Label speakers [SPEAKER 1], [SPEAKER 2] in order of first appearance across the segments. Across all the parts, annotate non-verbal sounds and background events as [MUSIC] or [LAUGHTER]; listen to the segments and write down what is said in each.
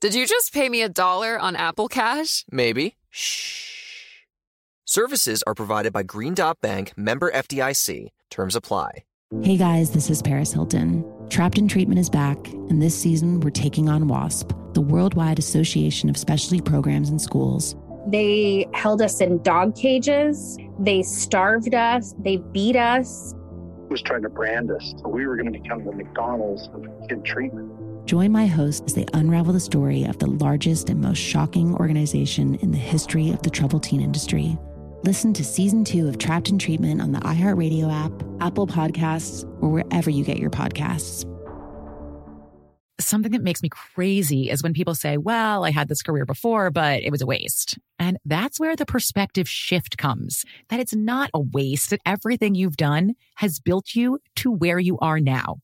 [SPEAKER 1] Did you just pay me a dollar on Apple Cash?
[SPEAKER 2] Maybe. Shh. Services are provided by Green Dot Bank, member FDIC. Terms apply.
[SPEAKER 3] Hey guys, this is Paris Hilton. Trapped in Treatment is back, and this season we're taking on WASP, the Worldwide Association of Specialty Programs and Schools.
[SPEAKER 4] They held us in dog cages, they starved us, they beat us.
[SPEAKER 5] was trying to brand us. So we were going to become the McDonald's of kid treatment.
[SPEAKER 3] Join my hosts as they unravel the story of the largest and most shocking organization in the history of the troubled teen industry. Listen to season two of Trapped in Treatment on the iHeartRadio app, Apple Podcasts, or wherever you get your podcasts.
[SPEAKER 6] Something that makes me crazy is when people say, Well, I had this career before, but it was a waste. And that's where the perspective shift comes that it's not a waste, that everything you've done has built you to where you are now.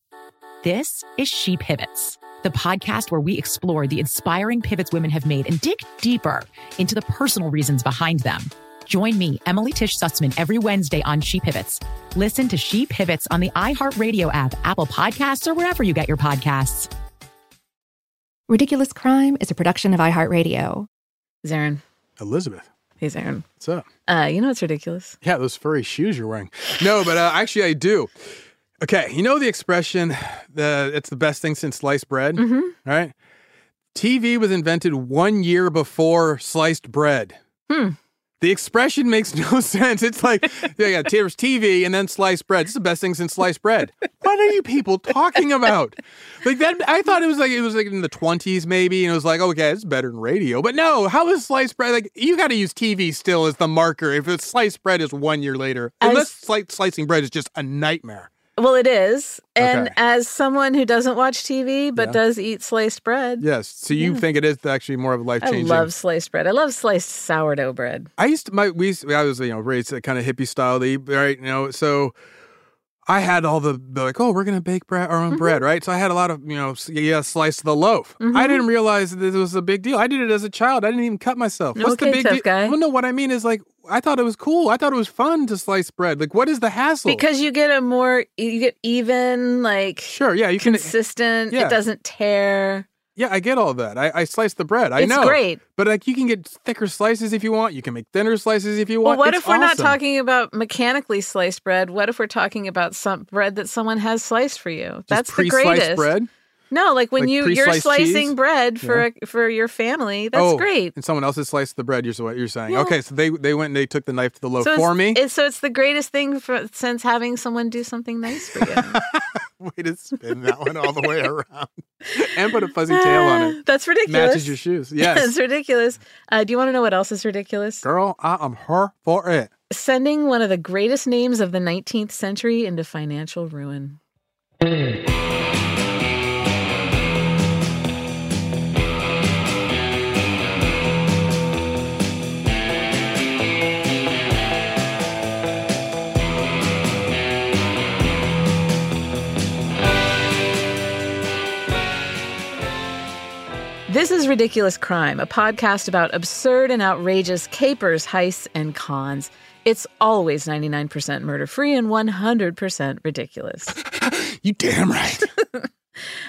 [SPEAKER 6] This is She Pivots, the podcast where we explore the inspiring pivots women have made and dig deeper into the personal reasons behind them. Join me, Emily Tish Sussman, every Wednesday on She Pivots. Listen to She Pivots on the iHeartRadio app, Apple Podcasts, or wherever you get your podcasts.
[SPEAKER 7] Ridiculous Crime is a production of iHeartRadio.
[SPEAKER 8] Zarin.
[SPEAKER 9] Elizabeth,
[SPEAKER 8] Hey, Zarin.
[SPEAKER 9] what's up?
[SPEAKER 8] Uh, you know what's ridiculous?
[SPEAKER 9] Yeah, those furry shoes you're wearing. No, but uh, actually, I do. Okay, you know the expression, the it's the best thing since sliced bread,
[SPEAKER 8] Mm-hmm.
[SPEAKER 9] right? TV was invented one year before sliced bread.
[SPEAKER 8] Hmm.
[SPEAKER 9] The expression makes [LAUGHS] no sense. It's like, yeah, yeah, there's TV and then sliced bread. It's the best thing since sliced bread. What are you people talking about? Like that, I thought it was like it was like in the twenties maybe, and it was like, okay, it's better than radio. But no, how is sliced bread? Like you got to use TV still as the marker. If it's sliced bread is one year later,
[SPEAKER 8] As-
[SPEAKER 9] unless slice, slicing bread is just a nightmare.
[SPEAKER 8] Well, it is. And
[SPEAKER 9] Okay.
[SPEAKER 8] as someone who doesn't watch TV but
[SPEAKER 9] Yeah.
[SPEAKER 8] does eat sliced bread,
[SPEAKER 9] Yes, so you think it is actually more of a life
[SPEAKER 8] I
[SPEAKER 9] changing.
[SPEAKER 8] love sliced bread. I love sliced sourdough bread.
[SPEAKER 9] I used to my we used, I was you know raised kind of hippie style to eat right you know so I had all the they're like oh we're gonna bake bread our
[SPEAKER 8] Mm-hmm.
[SPEAKER 9] own bread right so I had a lot of you know s- yeah slice of the loaf
[SPEAKER 8] Mm-hmm.
[SPEAKER 9] I didn't realize that this was a big deal I did it as a child I didn't even cut myself what's the
[SPEAKER 8] Okay,
[SPEAKER 9] big
[SPEAKER 8] tough
[SPEAKER 9] deal
[SPEAKER 8] guy.
[SPEAKER 9] well no what I mean is like I thought it was cool I thought it was fun to slice bread like what is the hassle
[SPEAKER 8] Because you get a more, you get even, like
[SPEAKER 9] sure yeah you can e-
[SPEAKER 8] consistent.
[SPEAKER 9] yeah.
[SPEAKER 8] It doesn't tear.
[SPEAKER 9] yeah I get all that I I slice the bread I
[SPEAKER 8] it's
[SPEAKER 9] know
[SPEAKER 8] great.
[SPEAKER 9] but like you can get thicker slices if you want you can make thinner slices if you
[SPEAKER 8] Well,
[SPEAKER 9] want
[SPEAKER 8] what
[SPEAKER 9] It's
[SPEAKER 8] if we're not
[SPEAKER 9] awesome.
[SPEAKER 8] talking about mechanically sliced bread? What if we're talking about some bread that someone has sliced for you?
[SPEAKER 9] Just
[SPEAKER 8] That's the
[SPEAKER 9] pre-sliced
[SPEAKER 8] greatest.
[SPEAKER 9] bread.
[SPEAKER 8] No, like when
[SPEAKER 9] Like
[SPEAKER 8] you you're
[SPEAKER 9] pre-sliced cheese?
[SPEAKER 8] slicing bread for a, for your family. That's
[SPEAKER 9] Oh,
[SPEAKER 8] great.
[SPEAKER 9] And someone else has sliced the bread. You're what you're saying.
[SPEAKER 8] Yeah.
[SPEAKER 9] Okay, so they they went and they took the knife to the loaf
[SPEAKER 8] so
[SPEAKER 9] for
[SPEAKER 8] it's,
[SPEAKER 9] me.
[SPEAKER 8] It's, so it's the greatest thing for, since having someone do something nice for you.
[SPEAKER 9] [LAUGHS] Way to spin that one all the way around [LAUGHS] and put a [LAUGHS]
[SPEAKER 8] [LAUGHS]
[SPEAKER 9] fuzzy tail on
[SPEAKER 8] Ah,
[SPEAKER 9] it.
[SPEAKER 8] That's ridiculous.
[SPEAKER 9] Matches your
[SPEAKER 8] [LAUGHS]
[SPEAKER 9] shoes.
[SPEAKER 8] That's
[SPEAKER 9] Yes,
[SPEAKER 8] ridiculous. Uh, do you want to know what else is ridiculous?
[SPEAKER 9] girl, I am her for it.
[SPEAKER 8] Sending one of the greatest names of the 19th century into financial ruin. This is Ridiculous Crime, a podcast about absurd and outrageous capers, heists, and cons. It's always 99% murder free and 100% ridiculous.
[SPEAKER 9] You damn right.
[SPEAKER 8] I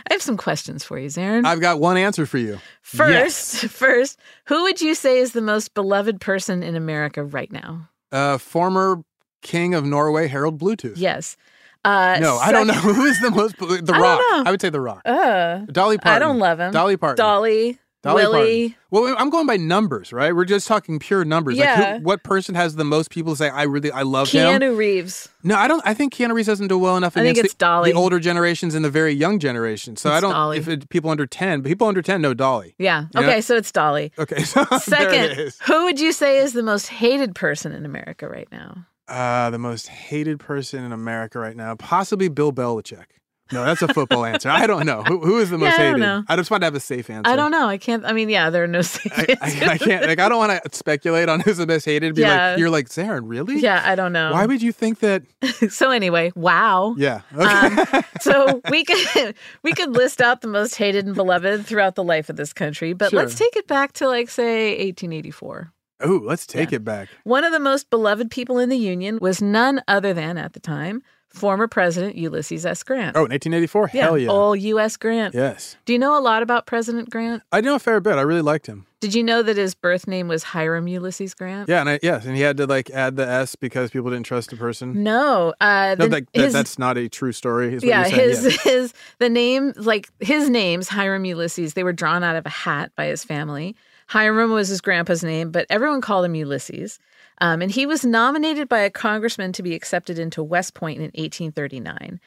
[SPEAKER 8] have some questions for you, Zarin.
[SPEAKER 9] [LAUGHS] I've got one answer for you.
[SPEAKER 8] first, [LAUGHS] first, who would you say is the most beloved person in America right now?
[SPEAKER 9] Uh, former king of Norway, Harold Bluetooth.
[SPEAKER 8] Yes. Uh,
[SPEAKER 9] No, I don't know [LAUGHS]
[SPEAKER 8] second-
[SPEAKER 9] who is the most. The Rock.
[SPEAKER 8] I don't know.
[SPEAKER 9] would say The Rock.
[SPEAKER 8] [LAUGHS] Uh,
[SPEAKER 9] Dolly Parton.
[SPEAKER 8] I don't love him.
[SPEAKER 9] Dolly Parton.
[SPEAKER 8] Dolly,
[SPEAKER 9] Dolly
[SPEAKER 8] Willie.
[SPEAKER 9] Parton. Well, I'm going by numbers, right? We're just talking pure numbers. Like,
[SPEAKER 8] Yeah.
[SPEAKER 9] who, what person has the most people say, "I really, I love him"?
[SPEAKER 8] Keanu Reeves.
[SPEAKER 9] No, I don't. I think Keanu Reeves doesn't do well enough.
[SPEAKER 8] I think
[SPEAKER 9] against
[SPEAKER 8] it's
[SPEAKER 9] the,
[SPEAKER 8] Dolly.
[SPEAKER 9] the older generations and the very young generation. So I
[SPEAKER 8] It's
[SPEAKER 9] don't.
[SPEAKER 8] Dolly.
[SPEAKER 9] If it, people under ten, but people under ten know Dolly.
[SPEAKER 8] Yeah.
[SPEAKER 9] Yeah.
[SPEAKER 8] Okay, so it's Dolly.
[SPEAKER 9] Okay, so [LAUGHS] there it
[SPEAKER 8] Second,
[SPEAKER 9] is.
[SPEAKER 8] who would you say is the most hated person in America right now?
[SPEAKER 9] Uh, the most hated person in America right now, possibly Bill Belichick. No, that's
[SPEAKER 8] [LAUGHS]
[SPEAKER 9] a football answer. I don't know. Who, who is the
[SPEAKER 8] Yeah,
[SPEAKER 9] most
[SPEAKER 8] I don't
[SPEAKER 9] hated?
[SPEAKER 8] know.
[SPEAKER 9] I just want to have a safe answer.
[SPEAKER 8] I don't know. I can't. I mean, yeah, there are no [LAUGHS] safe
[SPEAKER 9] I,
[SPEAKER 8] answers.
[SPEAKER 9] I, I can't like I don't want to speculate on who's the most hated. Be
[SPEAKER 8] Yeah.
[SPEAKER 9] like you're like Zarin,
[SPEAKER 8] [LAUGHS]
[SPEAKER 9] really?
[SPEAKER 8] yeah, I don't know.
[SPEAKER 9] Why would you think that?
[SPEAKER 8] [LAUGHS] so anyway, wow.
[SPEAKER 9] Yeah. Okay.
[SPEAKER 8] [LAUGHS] Um, so we [LAUGHS] could we could list out the most hated and beloved throughout the life of this country, but let's
[SPEAKER 9] Sure.
[SPEAKER 8] take it back to like say 1884.
[SPEAKER 9] oh, let's take it back.
[SPEAKER 8] One of the most beloved people in the Union was none other than at the time former President Ulysses S. Grant.
[SPEAKER 9] Oh, in 1884. Hell yeah.
[SPEAKER 8] Old U.S. Grant.
[SPEAKER 9] Yes.
[SPEAKER 8] Do you know a lot about President Grant?
[SPEAKER 9] I know a fair bit. I really liked him.
[SPEAKER 8] Did you know that his birth name was Hiram Ulysses Grant?
[SPEAKER 9] Yeah, and I, yes, and he had to like add the S because people didn't trust the person.
[SPEAKER 8] No, uh,
[SPEAKER 9] No,
[SPEAKER 8] the-
[SPEAKER 9] like that,
[SPEAKER 8] Mm, his-
[SPEAKER 9] that's not a true story. Is what
[SPEAKER 8] yeah,
[SPEAKER 9] you're saying.
[SPEAKER 8] his [LAUGHS] his the name like his names Hiram Ulysses. They were drawn out of a hat by his family. Hiram was his grandpa's name, but everyone called him Ulysses. Um, and he was nominated by a congressman to be accepted into West Point in 1839.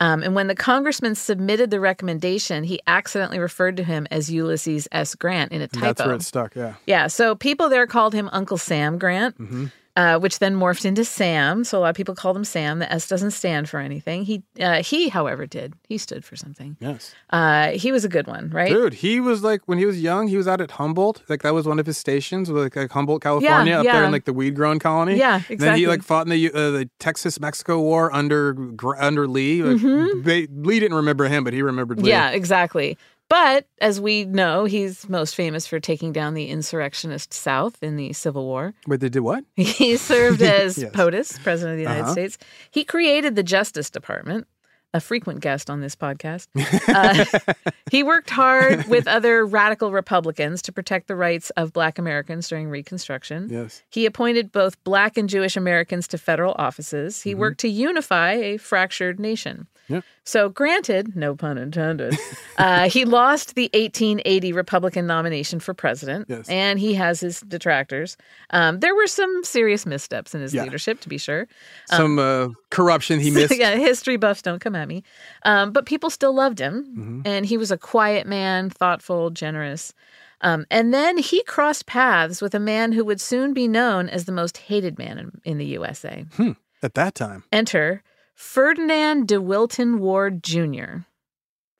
[SPEAKER 8] Um, and when the congressman submitted the recommendation, he accidentally referred to him as Ulysses S. Grant in a
[SPEAKER 9] Yeah.
[SPEAKER 8] typo.
[SPEAKER 9] That's where it stuck. Yeah.
[SPEAKER 8] Yeah, so people there called him Uncle Sam Grant, uh, which then morphed into Sam. So a lot of people called him Sam. The S doesn't stand for anything. He, uh, he, however, did. He stood for something.
[SPEAKER 9] Yes.
[SPEAKER 8] Uh, he was a good one, right?
[SPEAKER 9] Dude, he was like when he was young, he was out at Humboldt. Like that was one of his stations, like, like Humboldt, California, up there
[SPEAKER 8] yeah.
[SPEAKER 9] in like the weed grown colony.
[SPEAKER 8] Yeah,
[SPEAKER 9] And then
[SPEAKER 8] exactly.
[SPEAKER 9] he like fought in the uh, the Texas Mexico War under Gr- under Lee. Like, They Lee didn't remember him, but he remembered Lee.
[SPEAKER 8] Mm-hmm. Yeah, exactly. But as we know, he's most famous for taking down the insurrectionist South in the Civil War.
[SPEAKER 9] Wait, they did what?
[SPEAKER 8] [LAUGHS] He
[SPEAKER 9] [LAUGHS]
[SPEAKER 8] served as
[SPEAKER 9] Yes.
[SPEAKER 8] POTUS, President of the United
[SPEAKER 9] Uh-huh.
[SPEAKER 8] States. He created the Justice Department, a frequent guest on this
[SPEAKER 9] [LAUGHS]
[SPEAKER 8] podcast. Uh, [LAUGHS] he worked hard with other radical Republicans to protect the rights of Black Americans during Reconstruction.
[SPEAKER 9] Yes.
[SPEAKER 8] He appointed both Black and Jewish Americans to federal offices.
[SPEAKER 9] Mm-hmm.
[SPEAKER 8] He worked to unify a fractured nation.
[SPEAKER 9] Yeah.
[SPEAKER 8] So, granted, no pun intended, uh, he lost the 1880 Republican nomination for president,
[SPEAKER 9] Yes.
[SPEAKER 8] and he has his detractors. Um, there were some serious missteps in his
[SPEAKER 9] Yeah.
[SPEAKER 8] leadership, to be sure.
[SPEAKER 9] Some uh, corruption
[SPEAKER 8] [LAUGHS]
[SPEAKER 9] he missed.
[SPEAKER 8] Um, yeah, history buffs don't come at me. Um, but people still loved him,
[SPEAKER 9] Mm-hmm.
[SPEAKER 8] and he was a quiet man, thoughtful, generous. Um, and then he crossed paths with a man who would soon be known as the most hated man in, in the USA.
[SPEAKER 9] Hmm. At that time.
[SPEAKER 8] Enter Ferdinand de Wilton Ward Jr.,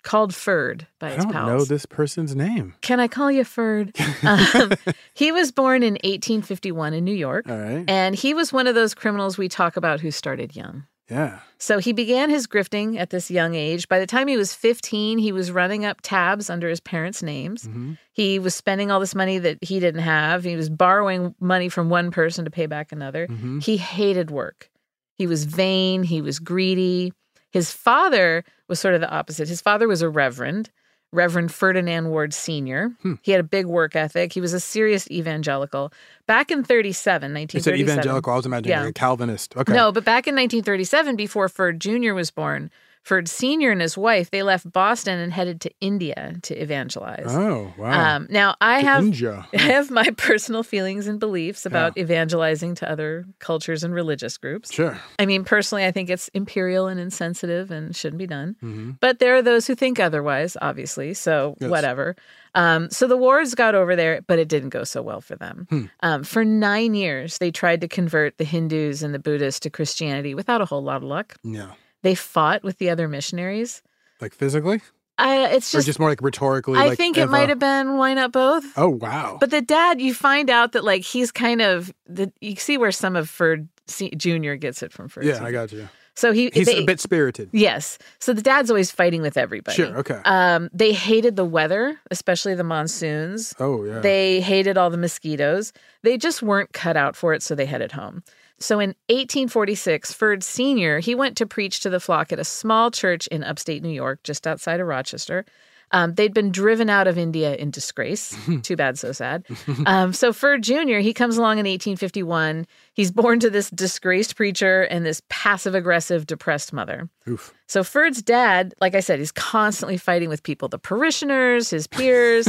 [SPEAKER 8] called Ferd by
[SPEAKER 9] I
[SPEAKER 8] his
[SPEAKER 9] don't
[SPEAKER 8] pals.
[SPEAKER 9] know this person's name.
[SPEAKER 8] Can I call you
[SPEAKER 9] [LAUGHS]
[SPEAKER 8] Ferd? um, he was born in 1851 in New York,
[SPEAKER 9] All right.
[SPEAKER 8] and he was one of those criminals we talk about who started young.
[SPEAKER 9] Yeah.
[SPEAKER 8] So he began his grifting at this young age. By the time he was 15, he was running up tabs under his parents' names. He was spending all this money that he didn't have. He was borrowing money from one person to pay back another. He hated work. He was vain. He was greedy. His father was sort of the opposite. His father was a reverend, Reverend Ferdinand Ward Sr. He had a big work ethic. He was a serious evangelical. Back in 37,
[SPEAKER 9] It's an
[SPEAKER 8] 1937.
[SPEAKER 9] evangelical. I was imagining
[SPEAKER 8] Yeah.
[SPEAKER 9] like a Calvinist. Okay.
[SPEAKER 8] No, but back in 1937, before Ferd Jr. was born, Ferd Sr. and his wife they left Boston and headed to India to evangelize.
[SPEAKER 9] Oh, wow.
[SPEAKER 8] Um, now I
[SPEAKER 9] To
[SPEAKER 8] have
[SPEAKER 9] India.
[SPEAKER 8] [LAUGHS] I have my personal feelings and beliefs about evangelizing to other cultures and religious groups.
[SPEAKER 9] Sure.
[SPEAKER 8] I mean, personally, I think it's imperial and insensitive and shouldn't be done. But there are those who think otherwise, obviously. So
[SPEAKER 9] Mm-hmm. Yes.
[SPEAKER 8] whatever. Um, so the wars got over there, but it didn't go so well for them.
[SPEAKER 9] Hmm.
[SPEAKER 8] Um, for nine years, they tried to convert the Hindus and the Buddhists to Christianity without a whole lot of luck.
[SPEAKER 9] Yeah.
[SPEAKER 8] They fought with the other missionaries.
[SPEAKER 9] Like physically?
[SPEAKER 8] I, it's
[SPEAKER 9] or
[SPEAKER 8] just,
[SPEAKER 9] just more like rhetorically?
[SPEAKER 8] I
[SPEAKER 9] like,
[SPEAKER 8] think
[SPEAKER 9] of
[SPEAKER 8] it
[SPEAKER 9] a-
[SPEAKER 8] might have been why not both.
[SPEAKER 9] Oh, wow.
[SPEAKER 8] But the dad, you find out that like he's kind of the, you see where some of Ferd C, Junior gets it from Ferd.
[SPEAKER 9] yeah,
[SPEAKER 8] Sr.
[SPEAKER 9] I got you.
[SPEAKER 8] So he
[SPEAKER 9] He's
[SPEAKER 8] they-
[SPEAKER 9] a bit spirited.
[SPEAKER 8] Yes. So the dad's always fighting with everybody.
[SPEAKER 9] Sure, okay.
[SPEAKER 8] Um, they hated the weather, especially the monsoons.
[SPEAKER 9] Oh, yeah.
[SPEAKER 8] They hated all the mosquitoes. They just weren't cut out for it, so they headed home. So in 1846, Ferd Sr., he went to preach to the flock at a small church in upstate New York, just outside of Rochester. Um, they'd been driven out of India in
[SPEAKER 9] [LAUGHS]
[SPEAKER 8] disgrace. Too bad, so sad. Um, so Ferd Jr., he comes along in 1851. He's born to this disgraced preacher and this passive aggressive, depressed mother.
[SPEAKER 9] Oof.
[SPEAKER 8] So Ferd's dad, like I said, he's constantly fighting with people, the parishioners, his
[SPEAKER 9] [LAUGHS]
[SPEAKER 8] peers.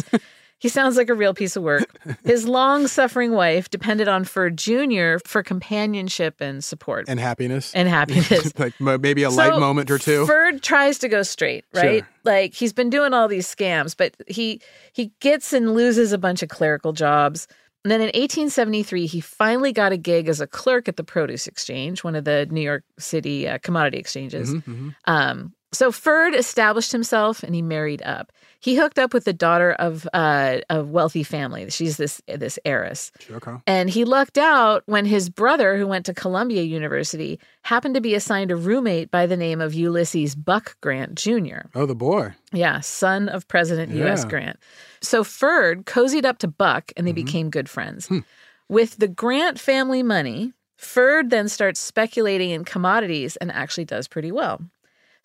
[SPEAKER 8] he sounds like a real piece of work. His long suffering wife depended on Ferd Jr. for companionship and support and,
[SPEAKER 9] And happiness.
[SPEAKER 8] happiness.
[SPEAKER 9] [LAUGHS] like mo- maybe a light
[SPEAKER 8] So
[SPEAKER 9] moment or two.
[SPEAKER 8] Ferd tries to go straight, right?
[SPEAKER 9] Sure.
[SPEAKER 8] Like he's been doing all these scams, but he he gets and loses a bunch of clerical jobs. And then in 1873, he finally got a gig as a
[SPEAKER 9] Mm-hmm,
[SPEAKER 8] clerk at the Produce Exchange, one of the New York City uh, commodity exchanges. Um, So Ferd established himself and he married up. He hooked up with the daughter of uh, a wealthy family. She's this this heiress.
[SPEAKER 9] Okay.
[SPEAKER 8] And he lucked out when his brother, who went to Columbia University, happened to be assigned a roommate by the name of Ulysses Buck Grant Jr.
[SPEAKER 9] Oh, the boy.
[SPEAKER 8] Yeah, son of President U.S.
[SPEAKER 9] Yeah. Mm-hmm.
[SPEAKER 8] Grant. So Ferd cozied up to Buck and they became good friends.
[SPEAKER 9] Hmm.
[SPEAKER 8] With the Grant family money, Ferd then starts speculating in commodities and actually does pretty well.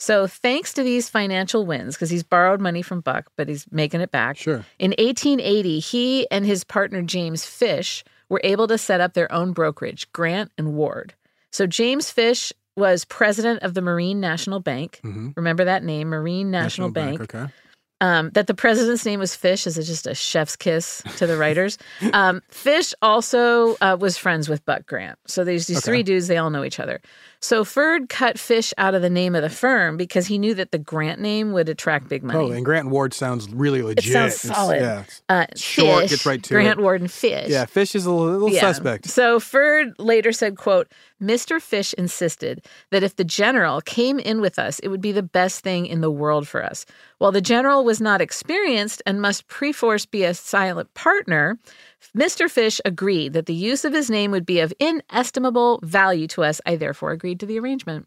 [SPEAKER 8] So, thanks to these financial wins, because he's borrowed money from Buck, but he's making it back.
[SPEAKER 9] Sure.
[SPEAKER 8] In 1880, he and his partner James Fish were able to set up their own brokerage, Grant and Ward. So James Fish was president of the Marine National Bank.
[SPEAKER 9] Mhm.
[SPEAKER 8] Remember that name, Marine National, Bank.
[SPEAKER 9] Okay.
[SPEAKER 8] Um, that the president's name was Fish is just a chef's kiss to the
[SPEAKER 9] [LAUGHS]
[SPEAKER 8] writers. um, Fish also uh, was friends with Buck Grant. So there's these three dudes, they all know each other. So Ferd cut Fish out of the name of the firm because he knew that the Grant name would attract big money.
[SPEAKER 9] Totally. And Grant and Ward sounds really legit.
[SPEAKER 8] sounds
[SPEAKER 9] It's-
[SPEAKER 8] solid.
[SPEAKER 9] Yeah. it's-
[SPEAKER 8] Uh,
[SPEAKER 9] Short,
[SPEAKER 8] Fish,
[SPEAKER 9] gets right to
[SPEAKER 8] Grant
[SPEAKER 9] it.
[SPEAKER 8] Warden Fish.
[SPEAKER 9] yeah. Fish is a little
[SPEAKER 8] Yeah.
[SPEAKER 9] suspect.
[SPEAKER 8] So Ferd later said, quote, Mr. Fish insisted that if the general came in with us, it would be the best thing in the world for us. While the general was not experienced and must perforce be a silent partner, Mr. Fish agreed that the use of his name would be of inestimable value to us. I therefore agreed to the arrangement.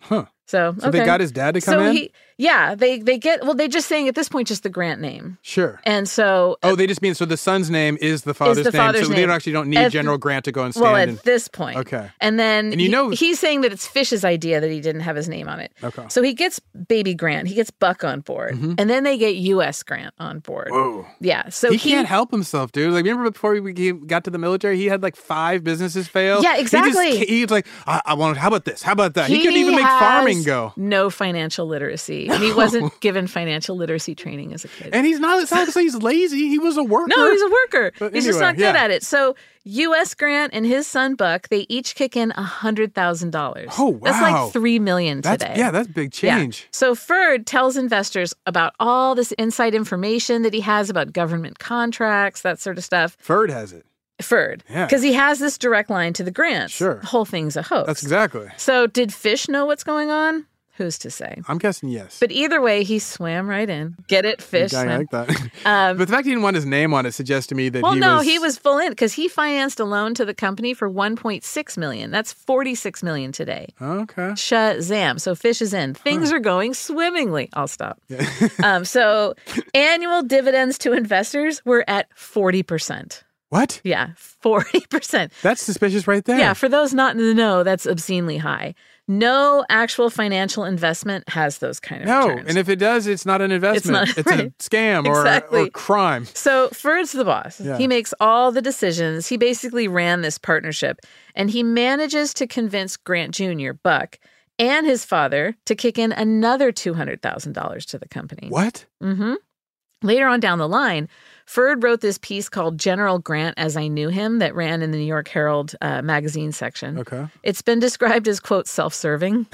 [SPEAKER 9] Huh.
[SPEAKER 8] So,
[SPEAKER 9] So they
[SPEAKER 8] okay.
[SPEAKER 9] got his dad to come
[SPEAKER 8] so
[SPEAKER 9] in?
[SPEAKER 8] He, yeah, they they get well. They just saying at this point just the Grant name,
[SPEAKER 9] Sure.
[SPEAKER 8] and so
[SPEAKER 9] Oh, they just mean so the son's name is the father's
[SPEAKER 8] the
[SPEAKER 9] name,
[SPEAKER 8] father's
[SPEAKER 9] so they
[SPEAKER 8] name.
[SPEAKER 9] don't actually don't need
[SPEAKER 8] At-
[SPEAKER 9] General Grant to go and stand.
[SPEAKER 8] Well,
[SPEAKER 9] and-
[SPEAKER 8] at this point.
[SPEAKER 9] Okay.
[SPEAKER 8] And then
[SPEAKER 9] And you
[SPEAKER 8] he-
[SPEAKER 9] know-
[SPEAKER 8] he's saying that it's Fish's idea that he didn't have his name on it.
[SPEAKER 9] Okay. Mm-hmm.
[SPEAKER 8] So he gets Baby Grant, he gets Buck on board, and then they get U.S. Grant on board.
[SPEAKER 9] Whoa.
[SPEAKER 8] Yeah. So
[SPEAKER 9] he, can't help himself, dude. Like, remember before we became- got to the military, he had like five businesses fail.
[SPEAKER 8] Yeah,
[SPEAKER 9] He just ca-
[SPEAKER 8] exactly.
[SPEAKER 9] He was like, I, I want. How about this? How about that? He, couldn't even make
[SPEAKER 8] has
[SPEAKER 9] farming go.
[SPEAKER 8] No financial literacy, and he
[SPEAKER 9] [LAUGHS]
[SPEAKER 8] wasn't given financial literacy training as a kid.
[SPEAKER 9] And he's not. It's not like he's lazy. He was a worker.
[SPEAKER 8] No, he's a worker.
[SPEAKER 9] But
[SPEAKER 8] he's just
[SPEAKER 9] anyway,
[SPEAKER 8] not good
[SPEAKER 9] yeah.
[SPEAKER 8] at it. So U.S. Grant and his son Buck, they each kick in a hundred thousand dollars.
[SPEAKER 9] Oh,
[SPEAKER 8] That's
[SPEAKER 9] wow.
[SPEAKER 8] like three million
[SPEAKER 9] That's
[SPEAKER 8] today.
[SPEAKER 9] yeah. That's big
[SPEAKER 8] Yeah.
[SPEAKER 9] change.
[SPEAKER 8] So Ferd tells investors about all this inside information that he has about government contracts, that sort of stuff.
[SPEAKER 9] Ferd has it.
[SPEAKER 8] Ferd,
[SPEAKER 9] Yeah.
[SPEAKER 8] because he has this direct line to the grants.
[SPEAKER 9] Sure.
[SPEAKER 8] the whole thing's a hoax.
[SPEAKER 9] That's exactly.
[SPEAKER 8] So did Fish know what's going on? Who's to say?
[SPEAKER 9] I'm guessing yes.
[SPEAKER 8] But either way, he swam right in. Get it, Fish.
[SPEAKER 9] Dang, I
[SPEAKER 8] swam.
[SPEAKER 9] like that.
[SPEAKER 8] [LAUGHS] Um,
[SPEAKER 9] but the fact he didn't want his name on it suggests to me that
[SPEAKER 8] well,
[SPEAKER 9] he
[SPEAKER 8] no,
[SPEAKER 9] was.
[SPEAKER 8] he was full in because he financed a loan to the company for 1.6 million. That's 46 million today.
[SPEAKER 9] Okay.
[SPEAKER 8] Shazam. So fish is in. Things are going swimmingly. I'll stop. [LAUGHS] um, so annual dividends to investors were at 40%.
[SPEAKER 9] What?
[SPEAKER 8] Yeah, 40%.
[SPEAKER 9] That's suspicious right there.
[SPEAKER 8] Yeah, for those not in the know, that's obscenely high. No actual financial investment has those kind of
[SPEAKER 9] No,
[SPEAKER 8] returns.
[SPEAKER 9] and if it does, it's not an investment.
[SPEAKER 8] [LAUGHS] not-
[SPEAKER 9] It's, a
[SPEAKER 8] right.
[SPEAKER 9] scam or, or
[SPEAKER 8] Exactly.
[SPEAKER 9] crime.
[SPEAKER 8] So Ferd's the boss.
[SPEAKER 9] Yeah.
[SPEAKER 8] He makes all the decisions. He basically ran this partnership and he manages to convince Grant Jr., Buck, and his father to kick in another $200,000 to the company.
[SPEAKER 9] What?
[SPEAKER 8] hmm Later on down the line, Ferd wrote this piece called General Grant as I Knew Him that ran in the New York Herald uh, magazine section.
[SPEAKER 9] Okay.
[SPEAKER 8] It's been described as, quote, self serving,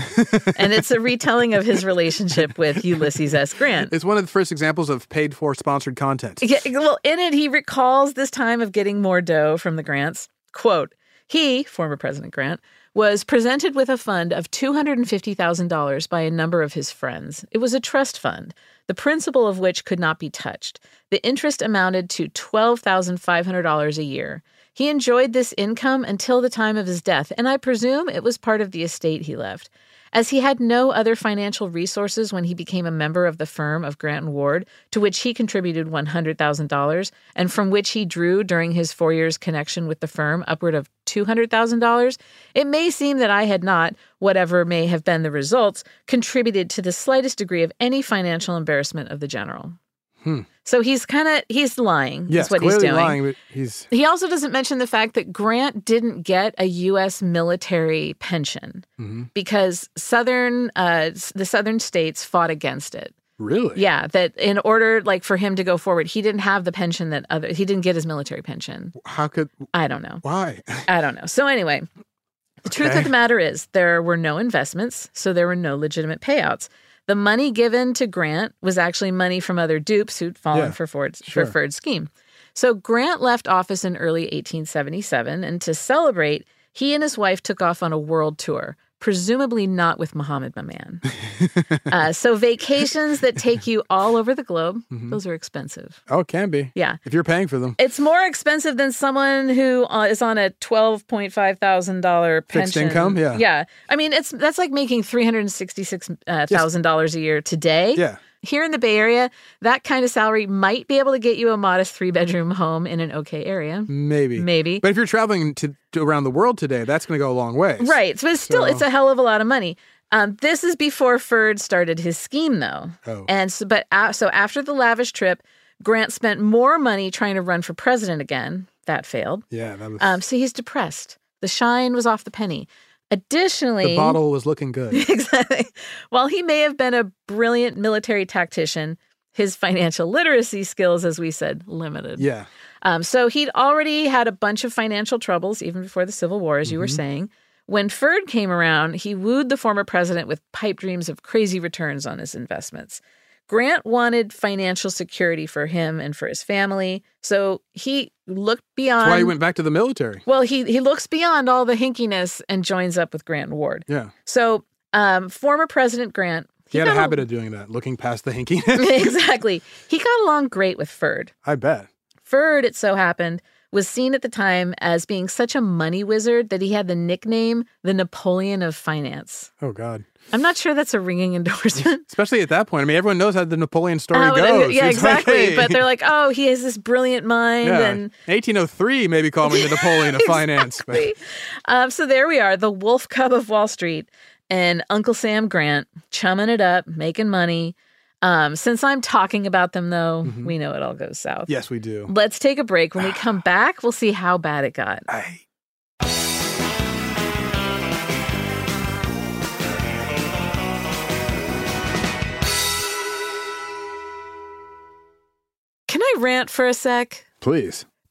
[SPEAKER 8] and it's a retelling of his relationship with Ulysses S. Grant.
[SPEAKER 9] [LAUGHS] It's one of the first examples of paid for sponsored content.
[SPEAKER 8] Yeah, well, in it, he recalls this time of getting more dough from the grants. Quote, he, former President Grant, was presented with a fund of $250,000 by a number of his friends. It was a trust fund, the principal of which could not be touched. The interest amounted to $12,500 a year. He enjoyed this income until the time of his death, and I presume it was part of the estate he left. As he had no other financial resources when he became a member of the firm of Grant and Ward, to which he contributed $100,000 and from which he drew during his four years connection with the firm upward of $200,000, it may seem that I had not, whatever may have been the results, contributed to the slightest degree of any financial embarrassment of the general.
[SPEAKER 9] Hmm.
[SPEAKER 8] So he's kind of he's lying.
[SPEAKER 9] yes,
[SPEAKER 8] is what
[SPEAKER 9] clearly
[SPEAKER 8] he's doing.
[SPEAKER 9] lying, but he's
[SPEAKER 8] He also doesn't mention the fact that Grant didn't get a U.S. military pension
[SPEAKER 9] Mhm.
[SPEAKER 8] because Southern, uh, s- the Southern states fought against it.
[SPEAKER 9] really.
[SPEAKER 8] Yeah, that in order, like for him to go forward, he didn't have the pension that other. He didn't get his military pension.
[SPEAKER 9] How could?
[SPEAKER 8] I don't know.
[SPEAKER 9] Why?
[SPEAKER 8] I don't know. So anyway, the truth
[SPEAKER 9] Okay.
[SPEAKER 8] of the matter is there were no investments, so there were no legitimate payouts. The money given to Grant was actually money from other dupes who'd fallen
[SPEAKER 9] Yeah,
[SPEAKER 8] for Ford's
[SPEAKER 9] sure.
[SPEAKER 8] for Ford's scheme. So Grant left office in early 1877, and to celebrate, he and his wife took off on a world tour, presumably not with Muhammad, my man.
[SPEAKER 9] [LAUGHS]
[SPEAKER 8] uh, so vacations that take you all over the globe,
[SPEAKER 9] Mm-hmm.
[SPEAKER 8] those are expensive.
[SPEAKER 9] Oh, it can be.
[SPEAKER 8] Yeah.
[SPEAKER 9] If you're paying for them.
[SPEAKER 8] It's more expensive than someone who uh, is on a twelve point five thousand dollar
[SPEAKER 9] Fixed
[SPEAKER 8] pension.
[SPEAKER 9] income? Yeah.
[SPEAKER 8] yeah. I mean, it's that's like making three hundred sixty six thousand dollars a year today.
[SPEAKER 9] Yeah.
[SPEAKER 8] Here in the Bay Area, that kind of salary might be able to get you a modest three bedroom home in an okay area.
[SPEAKER 9] Maybe.
[SPEAKER 8] Maybe.
[SPEAKER 9] But if you're traveling to, to around the world today, that's going to go a long way.
[SPEAKER 8] Right. So it's still
[SPEAKER 9] So-
[SPEAKER 8] it's a hell of a lot of money. Um, this is before Ferd started his scheme, though.
[SPEAKER 9] Oh.
[SPEAKER 8] And so, but a so after the lavish trip, Grant spent more money trying to run for president again. That failed.
[SPEAKER 9] Yeah. That was,
[SPEAKER 8] Um, so he's depressed. The shine was off the penny. Additionally,
[SPEAKER 9] the bottle was looking good.
[SPEAKER 8] [LAUGHS] exactly. While he may have been a brilliant military tactician, his financial literacy skills, as we said, limited.
[SPEAKER 9] yeah.
[SPEAKER 8] Um, so he'd already had a bunch of financial troubles even before the Civil War, as you were
[SPEAKER 9] Mm-hmm.
[SPEAKER 8] saying. When Ferd came around, he wooed the former president with pipe dreams of crazy returns on his investments. Grant wanted financial security for him and for his family, so he looked beyond.
[SPEAKER 9] That's why he went back to the military.
[SPEAKER 8] well, he he looks beyond all the hinkiness and joins up with Grant Ward.
[SPEAKER 9] Yeah.
[SPEAKER 8] So, um, former President Grant,
[SPEAKER 9] He, had a
[SPEAKER 8] got al-
[SPEAKER 9] habit of [LAUGHS] doing that, looking past the hinkiness.
[SPEAKER 8] [LAUGHS] exactly. He got along great with Ferd.
[SPEAKER 9] I bet.
[SPEAKER 8] Ferd, it so happened, was seen at the time as being such a money wizard that he had the nickname the Napoleon of Finance.
[SPEAKER 9] Oh, God.
[SPEAKER 8] I'm not sure that's a ringing [LAUGHS] endorsement.
[SPEAKER 9] Especially at that point. I mean, everyone knows how the Napoleon story
[SPEAKER 8] Uh, but-
[SPEAKER 9] goes.
[SPEAKER 8] yeah,
[SPEAKER 9] [LAUGHS] It's like,
[SPEAKER 8] exactly.
[SPEAKER 9] hey.
[SPEAKER 8] But they're like, oh, he has this brilliant mind.
[SPEAKER 9] Yeah.
[SPEAKER 8] And
[SPEAKER 9] 1803, maybe call me the Napoleon of finance. But
[SPEAKER 8] um, so there we are, the wolf cub of Wall Street and Uncle Sam Grant chumming it up, making money. Um, since I'm talking about them, though, we know it all goes south.
[SPEAKER 9] yes, we do.
[SPEAKER 8] Let's take a break. When we come back, we'll see how bad it got.
[SPEAKER 9] I,
[SPEAKER 8] Can I rant for a sec?
[SPEAKER 9] please.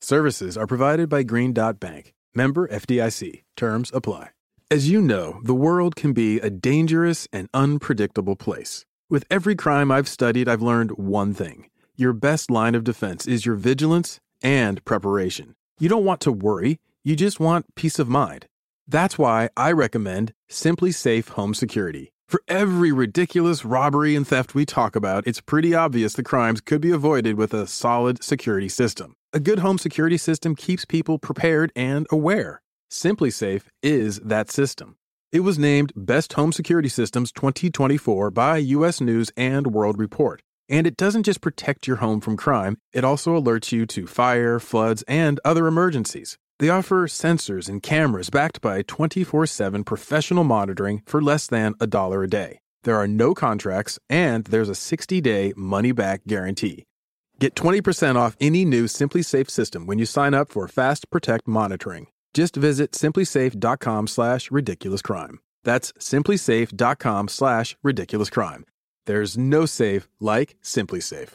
[SPEAKER 9] Services are provided by Green Dot Bank, member FDIC. Terms apply. As you know, the world can be a dangerous and unpredictable place. With every crime I've studied, I've learned one thing your best line of defense is your vigilance and preparation. You don't want to worry, you just want peace of mind. That's why I recommend Simply Safe Home Security. For every ridiculous robbery and theft we talk about, it's pretty obvious the crimes could be avoided with a solid security system. A good home security system keeps people prepared and aware. Simply Safe is that system. It was named Best Home Security Systems 2024 by US News and World Report. And it doesn't just protect your home from crime, it also alerts you to fire, floods, and other emergencies. They offer sensors and cameras backed by 24 7 professional monitoring for less than a dollar a day. There are no contracts, and there's a 60 day money back guarantee. Get 20% off any new Simply Safe system when you sign up for Fast Protect monitoring. Just visit simplysafe.com slash ridiculous crime. That's simplysafe.com slash ridiculous crime. There's no safe like Simply Safe.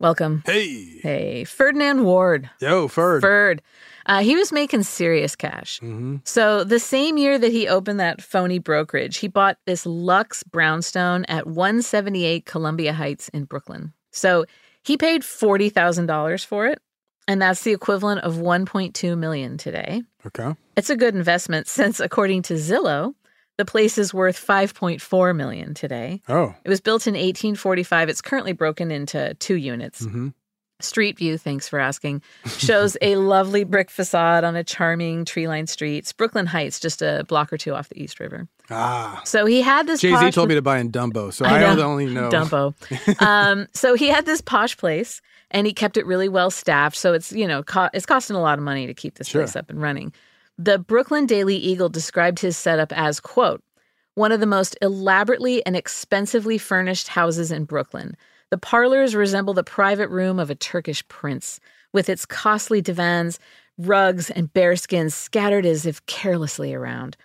[SPEAKER 8] Welcome.
[SPEAKER 9] Hey!
[SPEAKER 8] Hey, Ferdinand Ward.
[SPEAKER 9] Yo, Ferd.
[SPEAKER 8] Ferd. Uh, he was making serious cash. So the same year that he opened that phony brokerage, he bought this Lux brownstone at 178 Columbia Heights in Brooklyn. So he paid $40,000 for it, and that's the equivalent of 1.2 million today.
[SPEAKER 9] Okay.
[SPEAKER 8] It's a good investment since according to Zillow, the place is worth 5.4 million today.
[SPEAKER 9] Oh. Hmm. Mm-hmm.
[SPEAKER 8] It was built in 1845. It's currently broken into two units. Street View, thanks for asking, shows
[SPEAKER 9] [LAUGHS]
[SPEAKER 8] a lovely brick facade on a charming tree lined street. It's Brooklyn Heights, just a block or two off the East River.
[SPEAKER 9] Ah.
[SPEAKER 8] So he had this.
[SPEAKER 9] Jay Z
[SPEAKER 8] posh-
[SPEAKER 9] told me to buy in Dumbo, so I,
[SPEAKER 8] I know.
[SPEAKER 9] don't only know.
[SPEAKER 8] Dumbo. um, so he had this posh place, and he kept it really well staffed. So it's you know co- it's costing a lot of money to keep this
[SPEAKER 9] Sure.
[SPEAKER 8] place up and running. The Brooklyn Daily Eagle described his setup as quote one of the most elaborately and expensively furnished houses in Brooklyn. The parlors resemble the private room of a Turkish prince, with its costly divans, rugs, and bearskins scattered as if carelessly around.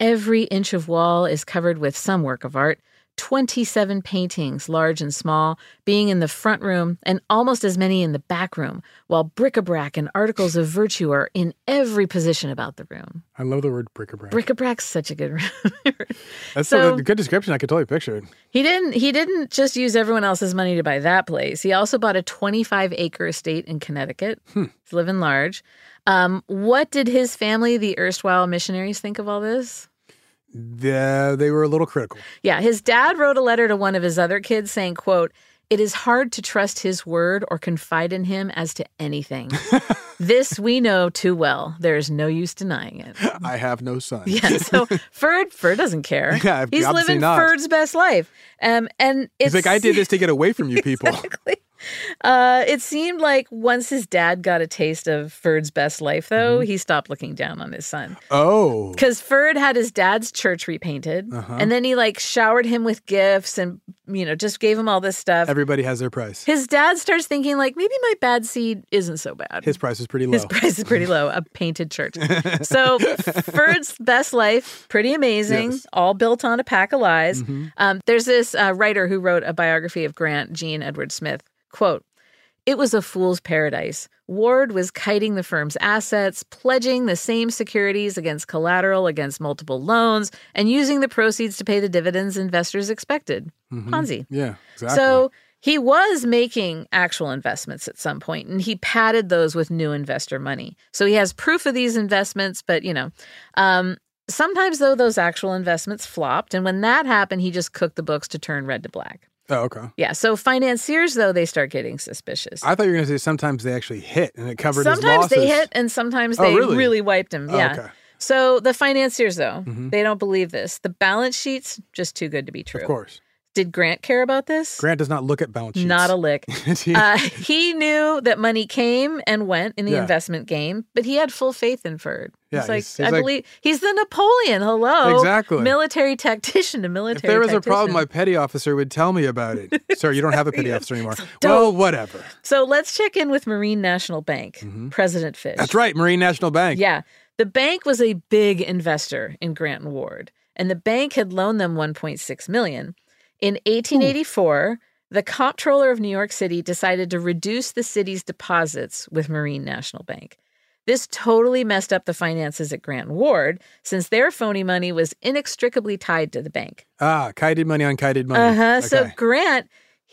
[SPEAKER 8] Every inch of wall is covered with some work of art 27 paintings, large and small, being in the front room and almost as many in the back room, while bric a brac and articles of virtue are in every position about the room.
[SPEAKER 9] I love the word bric-a-brac.
[SPEAKER 8] Bric a brac's such a good [LAUGHS] word.
[SPEAKER 9] That's
[SPEAKER 8] So-
[SPEAKER 9] a good description. I could totally picture it.
[SPEAKER 8] He didn't he didn't just use everyone else's money to buy that place. He also bought a 25 acre estate in Connecticut. He's living large. Um, what did his family, the erstwhile missionaries, think of all this?
[SPEAKER 9] The, they were a little critical.
[SPEAKER 8] [LAUGHS] Yeah, his dad wrote a letter to one of his other kids saying, quote, it is hard to trust his word or confide in him as to
[SPEAKER 9] [LAUGHS]
[SPEAKER 8] anything. this we know too well. There is no use denying it. [LAUGHS]
[SPEAKER 9] I have no son.
[SPEAKER 8] Yeah, so Ferd Ferd doesn't care.
[SPEAKER 9] Yeah,
[SPEAKER 8] He's
[SPEAKER 9] obviously
[SPEAKER 8] living
[SPEAKER 9] not.
[SPEAKER 8] Ferd's best life. Um, and it's
[SPEAKER 9] He's like, I did this to get away from
[SPEAKER 8] [LAUGHS]
[SPEAKER 9] you people.
[SPEAKER 8] Uh, it seemed like once his dad got a taste of Ferd's best life, though,
[SPEAKER 9] Mm-hmm.
[SPEAKER 8] he stopped looking down on his son.
[SPEAKER 9] Oh.
[SPEAKER 8] Because Ferd had his dad's church repainted,
[SPEAKER 9] Uh-huh.
[SPEAKER 8] and then he like showered him with gifts and, you know, just gave him all this stuff.
[SPEAKER 9] Everybody has their price.
[SPEAKER 8] his dad starts thinking, like, maybe my bad seed isn't so bad.
[SPEAKER 9] His price is pretty low.
[SPEAKER 8] His [LAUGHS] price is pretty low, a painted church.
[SPEAKER 9] [LAUGHS]
[SPEAKER 8] So, Ferd's best life, pretty amazing,
[SPEAKER 9] Yes. Mm-hmm.
[SPEAKER 8] all built on a pack of lies. Um, there's this uh, writer who wrote a biography of Grant, Gene Edward Smith. Quote, it was a fool's paradise. Ward was kiting the firm's assets, pledging the same securities against collateral against multiple loans, and using the proceeds to pay the dividends investors expected. Ponzi.
[SPEAKER 9] Mm-hmm. yeah, exactly.
[SPEAKER 8] So he was making actual investments at some point and he padded those with new investor money. So he has proof of these investments, but you know, um, sometimes though those actual investments flopped. And when that happened, he just cooked the books to turn red to black.
[SPEAKER 9] oh, okay.
[SPEAKER 8] Yeah. So financiers though, they start getting suspicious.
[SPEAKER 9] I thought you were going to say sometimes they actually hit and it covered his
[SPEAKER 8] sometimes
[SPEAKER 9] losses.
[SPEAKER 8] they hit and sometimes
[SPEAKER 9] Oh,
[SPEAKER 8] they
[SPEAKER 9] really?
[SPEAKER 8] wiped him.
[SPEAKER 9] Oh,
[SPEAKER 8] yeah.
[SPEAKER 9] okay. Mm-hmm.
[SPEAKER 8] So the financiers though, they don't believe this. The balance sheets just too good to be true.
[SPEAKER 9] Of course.
[SPEAKER 8] Did Grant care about this?
[SPEAKER 9] Grant does not look at balance sheets. [LAUGHS]
[SPEAKER 8] Not a lick.
[SPEAKER 9] He-
[SPEAKER 8] uh, [LAUGHS] he knew that money came and went in the
[SPEAKER 9] Yeah.
[SPEAKER 8] investment game, but he had full faith in Ferd.
[SPEAKER 9] Yeah,
[SPEAKER 8] he's like,
[SPEAKER 9] he's- he's
[SPEAKER 8] I
[SPEAKER 9] like-
[SPEAKER 8] believe he's the Napoleon. Hello,
[SPEAKER 9] Exactly.
[SPEAKER 8] military tactician to military.
[SPEAKER 9] if there was a problem, my
[SPEAKER 8] tactician.
[SPEAKER 9] petty officer would tell me
[SPEAKER 8] [LAUGHS]
[SPEAKER 9] about it. Sir, you don't have a petty officer anymore. Well, whatever.
[SPEAKER 8] so let's check in with Marine National Bank
[SPEAKER 9] Mm-hmm.
[SPEAKER 8] President Fish.
[SPEAKER 9] That's right, Marine National Bank.
[SPEAKER 8] Yeah, the bank was a big investor in Grant and Ward, and the bank had loaned them 1.6 million. In 1884, the comptroller of New York City decided to reduce the city's deposits with Marine National Bank. This totally messed up the finances at Grant and Ward since their phony money was inextricably tied to the bank.
[SPEAKER 9] Ah, kited money on kited money.
[SPEAKER 8] Uh huh. So
[SPEAKER 9] Okay.
[SPEAKER 8] Grant,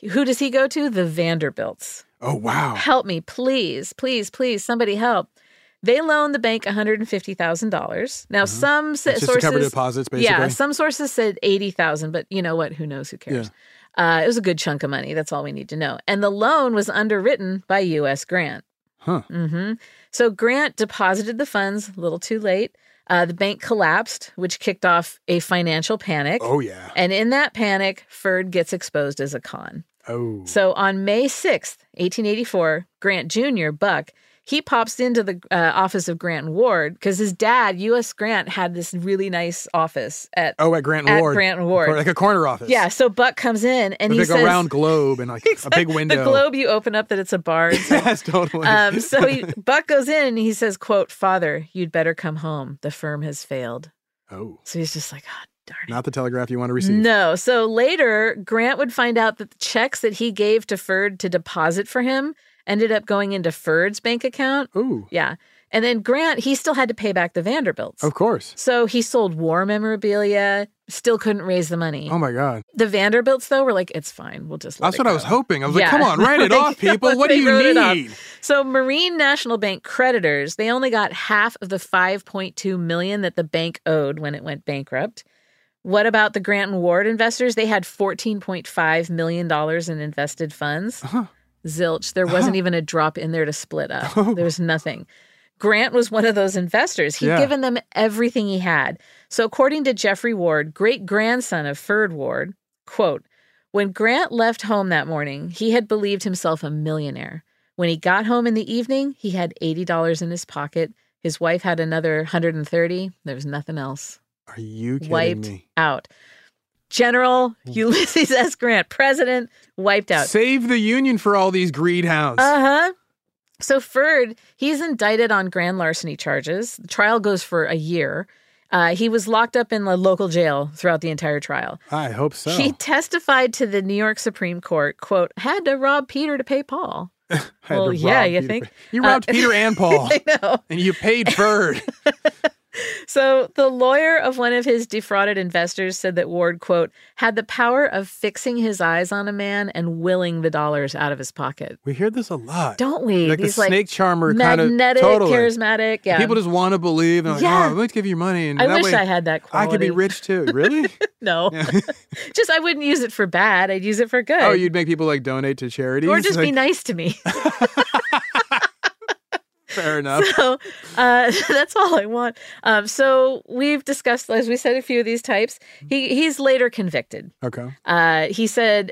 [SPEAKER 8] who does he go to? The Vanderbilts
[SPEAKER 9] Oh, wow.
[SPEAKER 8] help me please please please somebody help they loaned the bank $150000 now some sa-
[SPEAKER 9] Uh-huh. It's just to
[SPEAKER 8] sources
[SPEAKER 9] cover deposits,
[SPEAKER 8] yeah
[SPEAKER 9] basically.
[SPEAKER 8] some sources said 80000 but you know what who knows who cares uh, it was a good chunk of money that's all we need to know and the loan was underwritten by us grant
[SPEAKER 9] Huh.
[SPEAKER 8] hmm so grant deposited the funds a little too late uh, the bank collapsed which kicked off a financial panic
[SPEAKER 9] Oh, yeah.
[SPEAKER 8] and in that panic ferd gets exposed as a con
[SPEAKER 9] Oh.
[SPEAKER 8] so on May 6th, 1884, Grant Jr., Buck, he pops into the uh, office of Grant and Ward because his dad, U.S. Grant, had this really nice office at.
[SPEAKER 9] Oh, at Grant and
[SPEAKER 8] At
[SPEAKER 9] Ward.
[SPEAKER 8] Grant and Ward.
[SPEAKER 9] Like a corner office.
[SPEAKER 8] Yeah, so Buck comes in and
[SPEAKER 9] With
[SPEAKER 8] he
[SPEAKER 9] like
[SPEAKER 8] says, [LAUGHS]
[SPEAKER 9] a round globe and like a big window.
[SPEAKER 8] The
[SPEAKER 9] [LAUGHS]
[SPEAKER 8] globe you open up that it's a bar. and stuff.
[SPEAKER 9] yes, totally.
[SPEAKER 8] um, so he, Buck goes in and he says, "Quote, Father, you'd better come home. The firm has failed."
[SPEAKER 9] [LAUGHS] oh,
[SPEAKER 8] So he's just like, "Ah, darn it."
[SPEAKER 9] not the telegraph you want to receive.
[SPEAKER 8] No. So later, Grant would find out that the checks that he gave to Ferd to deposit for him ended up going into Ferd's bank account.
[SPEAKER 9] Ooh,
[SPEAKER 8] Yeah. And then Grant, he still had to pay back the Vanderbilts.
[SPEAKER 9] of course.
[SPEAKER 8] So he sold war memorabilia, still couldn't raise the money.
[SPEAKER 9] Oh my God.
[SPEAKER 8] the Vanderbilts, though, were like, it's fine. We'll just let
[SPEAKER 9] That's
[SPEAKER 8] it
[SPEAKER 9] what I was
[SPEAKER 8] go."
[SPEAKER 9] hoping. I was
[SPEAKER 8] uh, Yeah.
[SPEAKER 9] like, come on, write
[SPEAKER 8] [LAUGHS]
[SPEAKER 9] it
[SPEAKER 8] Like,
[SPEAKER 9] off, people. What do
[SPEAKER 8] they
[SPEAKER 9] you
[SPEAKER 8] wrote it off.
[SPEAKER 9] need?
[SPEAKER 8] So Marine National Bank creditors, they only got half of the 5.2 million that the bank owed when it went bankrupt. What about the Grant and Ward investors? They had 14.5 million dollars in invested funds. Zilch. There wasn't even a drop in there to split up. There was nothing. Grant was one of those investors. He'd
[SPEAKER 10] Yeah.
[SPEAKER 8] given them everything he had. So according to Jeffrey Ward, great grandson of Ferd Ward, quote, when Grant left home that morning, he had believed himself a millionaire. When he got home in the evening, he had $80 in his pocket. His wife had another 130. There was nothing else.
[SPEAKER 9] Are you kidding
[SPEAKER 8] wiped
[SPEAKER 9] me? Hmm.
[SPEAKER 8] out. General Ulysses S. Grant, president, wiped out.
[SPEAKER 9] Save the union for all these greed hounds.
[SPEAKER 8] Uh huh. So Ferd, he's indicted on grand larceny charges. The trial goes for a year. Uh, he was locked up in the local jail throughout the entire trial.
[SPEAKER 9] I hope so.
[SPEAKER 8] She testified to the New York Supreme Court, quote, had to rob Peter to pay Paul.
[SPEAKER 9] I had to
[SPEAKER 8] well, yeah,
[SPEAKER 9] rob
[SPEAKER 8] you
[SPEAKER 9] Peter
[SPEAKER 8] think?
[SPEAKER 9] Pan. [LAUGHS] you
[SPEAKER 8] Uh, [LAUGHS]
[SPEAKER 9] robbed Peter and Paul,
[SPEAKER 8] I know.
[SPEAKER 9] and you
[SPEAKER 8] [LAUGHS]
[SPEAKER 9] paid Bird.
[SPEAKER 8] So the lawyer of one of his defrauded investors said that Ward, quote, had the power of fixing his eyes on a man and willing the dollars out of his pocket.
[SPEAKER 9] we hear this a lot,
[SPEAKER 8] Don't we?
[SPEAKER 9] Like
[SPEAKER 8] These,
[SPEAKER 9] the snake charmer kind of
[SPEAKER 8] magnetic,
[SPEAKER 9] totally.
[SPEAKER 8] charismatic. Yeah.
[SPEAKER 9] People just want to believe. And like,
[SPEAKER 8] Yeah.
[SPEAKER 9] oh, let's give you money. And
[SPEAKER 8] I
[SPEAKER 9] that
[SPEAKER 8] wish
[SPEAKER 9] way
[SPEAKER 8] I had that
[SPEAKER 9] I could be
[SPEAKER 8] quality.
[SPEAKER 9] rich too. Really?
[SPEAKER 8] [LAUGHS]
[SPEAKER 9] [LAUGHS]
[SPEAKER 8] no. just I wouldn't use it for bad. I'd use it for good.
[SPEAKER 9] oh, you'd make people like donate to charities.
[SPEAKER 8] or just
[SPEAKER 9] like,
[SPEAKER 8] be nice to
[SPEAKER 9] [LAUGHS]
[SPEAKER 8] me. [LAUGHS] [LAUGHS]
[SPEAKER 9] Fair enough.
[SPEAKER 8] So uh, [LAUGHS] that's all I want. Um, so we've discussed, as we said, a few of these types. He he's later convicted.
[SPEAKER 9] okay.
[SPEAKER 8] Uh, he said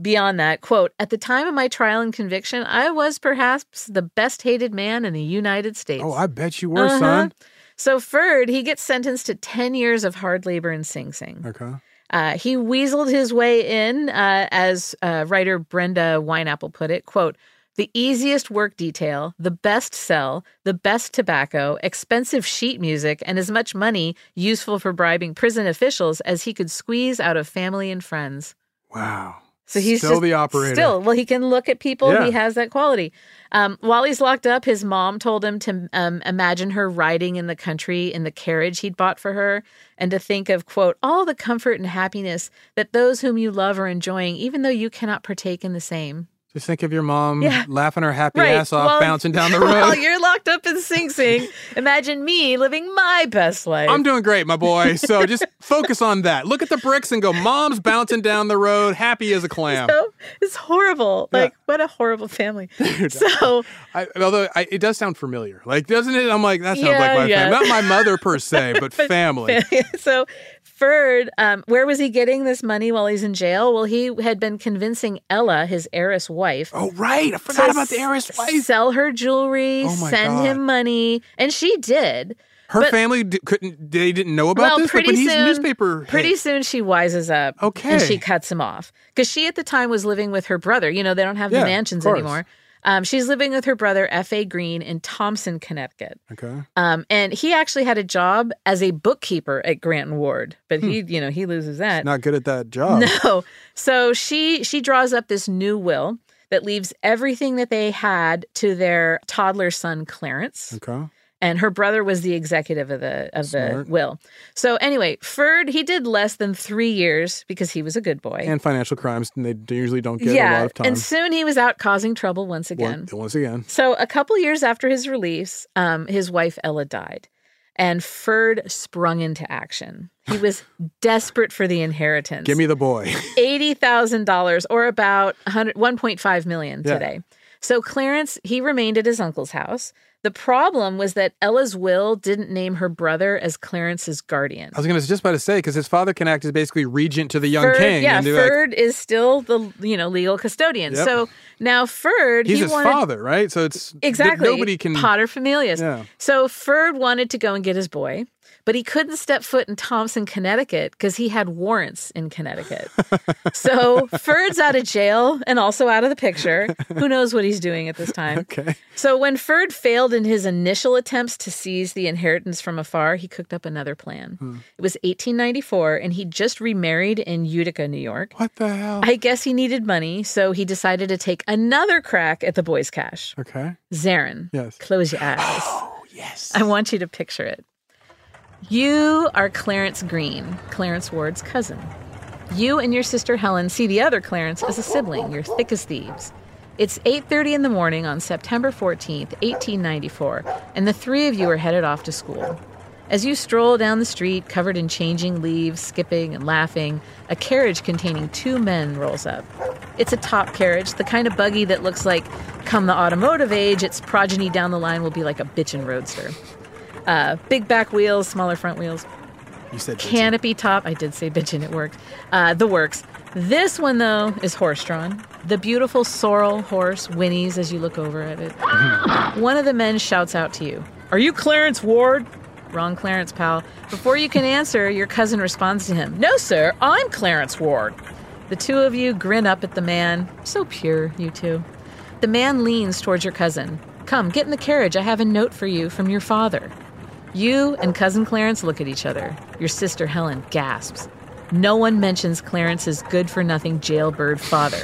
[SPEAKER 8] beyond that quote at the time of my trial and conviction i was perhaps the best hated man in the united states
[SPEAKER 9] Oh, I bet you were,
[SPEAKER 8] Uh-huh.
[SPEAKER 9] son.
[SPEAKER 8] so ferd he gets sentenced to 10 years of hard labor in sing sing
[SPEAKER 9] Okay.
[SPEAKER 8] Uh, he weaseled his way in, uh, as uh, writer Brenda Wineapple put it, quote, the easiest work detail, the best sell, the best tobacco, expensive sheet music, and as much money useful for bribing prison officials as he could squeeze out of family and friends.
[SPEAKER 9] Wow.
[SPEAKER 8] So he's
[SPEAKER 9] still
[SPEAKER 8] just-
[SPEAKER 9] the operator.
[SPEAKER 8] Still, well, he can look at people.
[SPEAKER 9] Yeah.
[SPEAKER 8] He has that quality. Um, while he's locked up, his mom told him to um, imagine her riding in the country in the carriage he'd bought for her, and to think of quote all the comfort and happiness that those whom you love are enjoying, even though you cannot partake in the same.
[SPEAKER 9] Just think of your mom
[SPEAKER 8] Yeah.
[SPEAKER 9] laughing her happy
[SPEAKER 8] Right.
[SPEAKER 9] ass off,
[SPEAKER 8] While-
[SPEAKER 9] bouncing down the
[SPEAKER 8] [LAUGHS]
[SPEAKER 9] road.
[SPEAKER 8] While you're locked up in Sing Sing, imagine me living my best life.
[SPEAKER 9] I'm doing great, my boy. So just focus on that. Look at the bricks and go, Mom's bouncing down the road, happy as a
[SPEAKER 8] [LAUGHS]
[SPEAKER 9] clam.
[SPEAKER 8] [LAUGHS] so, it's horrible.
[SPEAKER 9] Yeah.
[SPEAKER 8] Like what a horrible
[SPEAKER 9] [LAUGHS]
[SPEAKER 8] family. so
[SPEAKER 9] I, although I, it does sound familiar. Like, doesn't it? I'm like, that sounds like
[SPEAKER 8] Yeah,
[SPEAKER 9] my
[SPEAKER 8] yeah.
[SPEAKER 9] family. Not my
[SPEAKER 8] [LAUGHS]
[SPEAKER 9] mother per se, but, family.
[SPEAKER 8] so Ferd, um, where was he getting this money while he's in jail? Well, he had been convincing Ella, his heiress wife.
[SPEAKER 9] Oh, right. I forgot about the heiress wife.
[SPEAKER 8] Sell her jewelry,
[SPEAKER 9] Oh my
[SPEAKER 8] send
[SPEAKER 9] God.
[SPEAKER 8] him money. And she did.
[SPEAKER 9] Her
[SPEAKER 8] but-
[SPEAKER 9] family d- couldn't, they didn't know about
[SPEAKER 8] well,
[SPEAKER 9] this. Like,
[SPEAKER 8] pretty
[SPEAKER 9] when he's
[SPEAKER 8] soon,
[SPEAKER 9] newspaper.
[SPEAKER 8] pretty
[SPEAKER 9] hit.
[SPEAKER 8] soon she wises up.
[SPEAKER 9] Okay.
[SPEAKER 8] And she cuts him off. Because she at the time was living with her brother. You know, they don't have
[SPEAKER 9] Yeah,
[SPEAKER 8] the
[SPEAKER 9] of
[SPEAKER 8] mansions
[SPEAKER 9] course.
[SPEAKER 8] anymore. Um, she's living with her brother, F.A. Green, in Thompson, Connecticut.
[SPEAKER 9] Okay.
[SPEAKER 8] Um, and he actually had a job as a bookkeeper at Grant and Ward, but
[SPEAKER 9] Hmm.
[SPEAKER 8] he, you know, he loses that.
[SPEAKER 9] Not good at that job.
[SPEAKER 8] [LAUGHS] No. So she she draws up this new will that leaves everything that they had to their toddler son Clarence.
[SPEAKER 9] Okay.
[SPEAKER 8] And her brother was the executive of the of
[SPEAKER 9] Smart.
[SPEAKER 8] the will. So anyway, Ferd he did less than three years because he was a good boy.
[SPEAKER 9] And financial crimes, and they d- usually don't get a lot of time.
[SPEAKER 8] and soon he was out causing trouble once
[SPEAKER 9] One-
[SPEAKER 8] again.
[SPEAKER 9] Once again.
[SPEAKER 8] So a couple years after his release, um, his wife Ella died, and Ferd sprung into action. He was desperate for the inheritance.
[SPEAKER 9] Give me the boy. [LAUGHS]
[SPEAKER 8] eighty thousand dollars, or about 100 1.5 million
[SPEAKER 9] Yeah.
[SPEAKER 8] today. So Clarence he remained at his uncle's house. The problem was that Ella's will didn't name her brother as Clarence's guardian.
[SPEAKER 9] I was gonna just about to say because his father can act as basically regent to the young
[SPEAKER 8] Ferd,
[SPEAKER 9] king.
[SPEAKER 8] yeah,
[SPEAKER 9] and they're like,
[SPEAKER 8] Ferd is still the you know legal custodian.
[SPEAKER 9] Yep.
[SPEAKER 8] So now Ferd
[SPEAKER 9] he's
[SPEAKER 8] he
[SPEAKER 9] his
[SPEAKER 8] wanted
[SPEAKER 9] father, right? So it's th-
[SPEAKER 8] exactly
[SPEAKER 9] nobody can.
[SPEAKER 8] Potter Familius.
[SPEAKER 9] Yeah.
[SPEAKER 8] So Ferd wanted to go and get his boy, but he couldn't step foot in Thompson, Connecticut because he had warrants in
[SPEAKER 9] [LAUGHS]
[SPEAKER 8] Connecticut. so Ferd's out of jail and also out of the picture. Who knows what he's doing at this time?
[SPEAKER 9] Okay. [LAUGHS]
[SPEAKER 8] So when Ferd failed in his initial attempts to seize the inheritance from afar, he cooked up another plan.
[SPEAKER 9] Hmm.
[SPEAKER 8] It was 1894 and he just remarried in Utica, New York.
[SPEAKER 9] What the hell?
[SPEAKER 8] I guess he needed money, so he decided to take another crack at the boy's cash.
[SPEAKER 9] okay.
[SPEAKER 8] Zarin,
[SPEAKER 9] Yes.
[SPEAKER 8] close your eyes. Oh, yes. [LAUGHS] I want you to picture it. You are Clarence Green, Clarence Ward's cousin. You and your sister Helen see the other Clarence as a sibling. You're thick as thieves. It's 8:30 in the morning on September 14th, 1894, and the three of you are headed off to school. As you stroll down the street, covered in changing leaves, skipping and laughing, a carriage containing two men rolls up. It's a top carriage, the kind of buggy that looks like, come the automotive age, its progeny down the line will be like a bitchin' roadster. Uh, big back wheels, smaller front wheels,
[SPEAKER 10] You said
[SPEAKER 8] canopy top. I did say bitchin', it worked. Uh, the works. This one, though, is horse drawn. The beautiful sorrel horse whinnies as you look over at it. One of the men shouts out to you Are you Clarence Ward? Wrong Clarence, pal. Before you can answer, your cousin responds to him No, sir, I'm Clarence Ward. The two of you grin up at the man. So pure, you two. The man leans towards your cousin. Come, get in the carriage. I have a note for you from your father. You and cousin Clarence look at each other. Your sister Helen gasps. No one mentions Clarence's good for nothing jailbird father.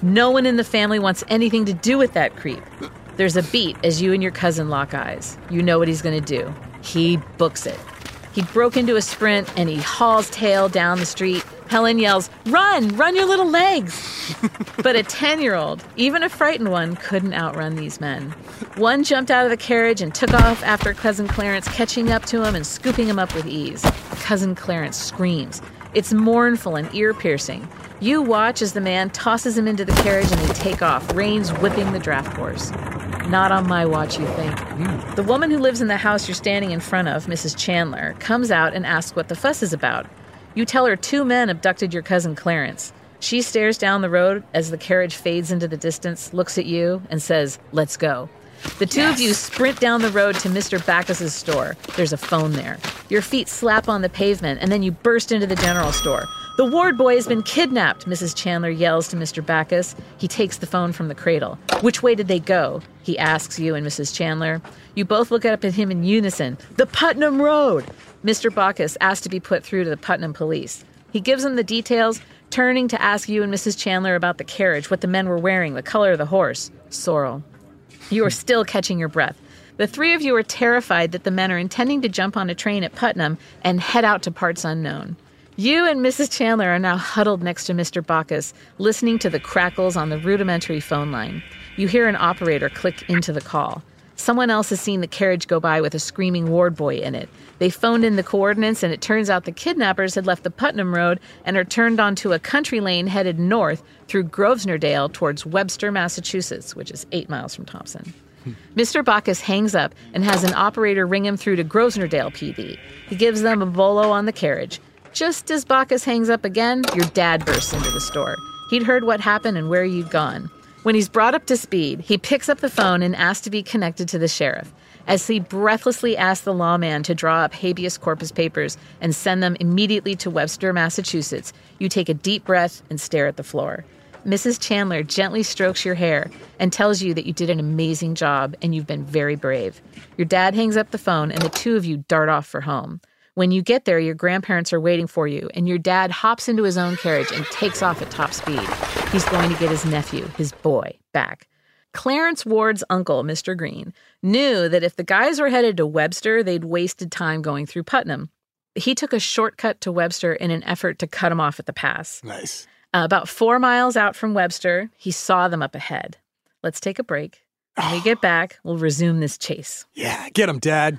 [SPEAKER 8] no one in the family wants anything to do with that creep. There's a beat as you and your cousin lock eyes. You know what he's going to do. He books it. He broke into a sprint and he hauls tail down the street. Helen yells, Run, run your little legs. but a 10 year old, even a frightened one, couldn't outrun these men. One jumped out of the carriage and took off after Cousin Clarence, catching up to him and scooping him up with ease. Cousin Clarence screams. It's mournful and ear piercing. You watch as the man tosses him into the carriage and they take off, reins whipping the draft horse. Not on my watch, you think. The woman who lives in the house you're standing in front of, Mrs. Chandler, comes out and asks what the fuss is about. You tell her two men abducted your cousin Clarence. She stares down the road as the carriage fades into the distance, looks at you, and says, Let's go. The two of you sprint down the road to Mr. Backus's store. There's a phone there. Your feet slap on the pavement, and then you burst into the general store. The ward boy has been kidnapped, Mrs. Chandler yells to Mr. Backus. He takes the phone from the cradle. Which way did they go? He asks you and Mrs. Chandler. You both look up at him in unison. The Putnam Road! Mr. Backus asks to be put through to the Putnam police. He gives them the details, turning to ask you and Mrs. Chandler about the carriage, what the men were wearing, the color of the horse. Sorrel. You are still catching your breath. The three of you are terrified that the men are intending to jump on a train at Putnam and head out to parts unknown. You and Mrs. Chandler are now huddled next to Mr. Bacchus, listening to the crackles on the rudimentary phone line. You hear an operator click into the call. Someone else has seen the carriage go by with a screaming ward boy in it. They phoned in the coordinates, and it turns out the kidnappers had left the Putnam Road and are turned onto a country lane headed north through Grosvenordale towards Webster, Massachusetts, which is eight miles from Thompson. Mr. Bacchus hangs up and has an operator ring him through to Grosvenordale PD. He gives them a bolo on the carriage. Just as Bacchus hangs up again, your dad bursts into the store. He'd heard what happened and where you'd gone. When he's brought up to speed, he picks up the phone and asks to be connected to the sheriff. As he breathlessly asks the lawman to draw up habeas corpus papers and send them immediately to Webster, Massachusetts, you take a deep breath and stare at the floor. Mrs. Chandler gently strokes your hair and tells you that you did an amazing job and you've been very brave. Your dad hangs up the phone and the two of you dart off for home. When you get there, your grandparents are waiting for you, and your dad hops into his own carriage and takes off at top speed. He's going to get his nephew, his boy, back. Clarence Ward's uncle, Mr. Green, knew that if the guys were headed to Webster, they'd wasted time going through Putnam. He took a shortcut to Webster in an effort to cut him off at the pass.
[SPEAKER 10] Nice.
[SPEAKER 8] Uh, about four miles out from Webster, he saw them up ahead. Let's take a break. When
[SPEAKER 11] [SIGHS]
[SPEAKER 8] we get back, we'll resume this chase.
[SPEAKER 10] Yeah, get him, Dad.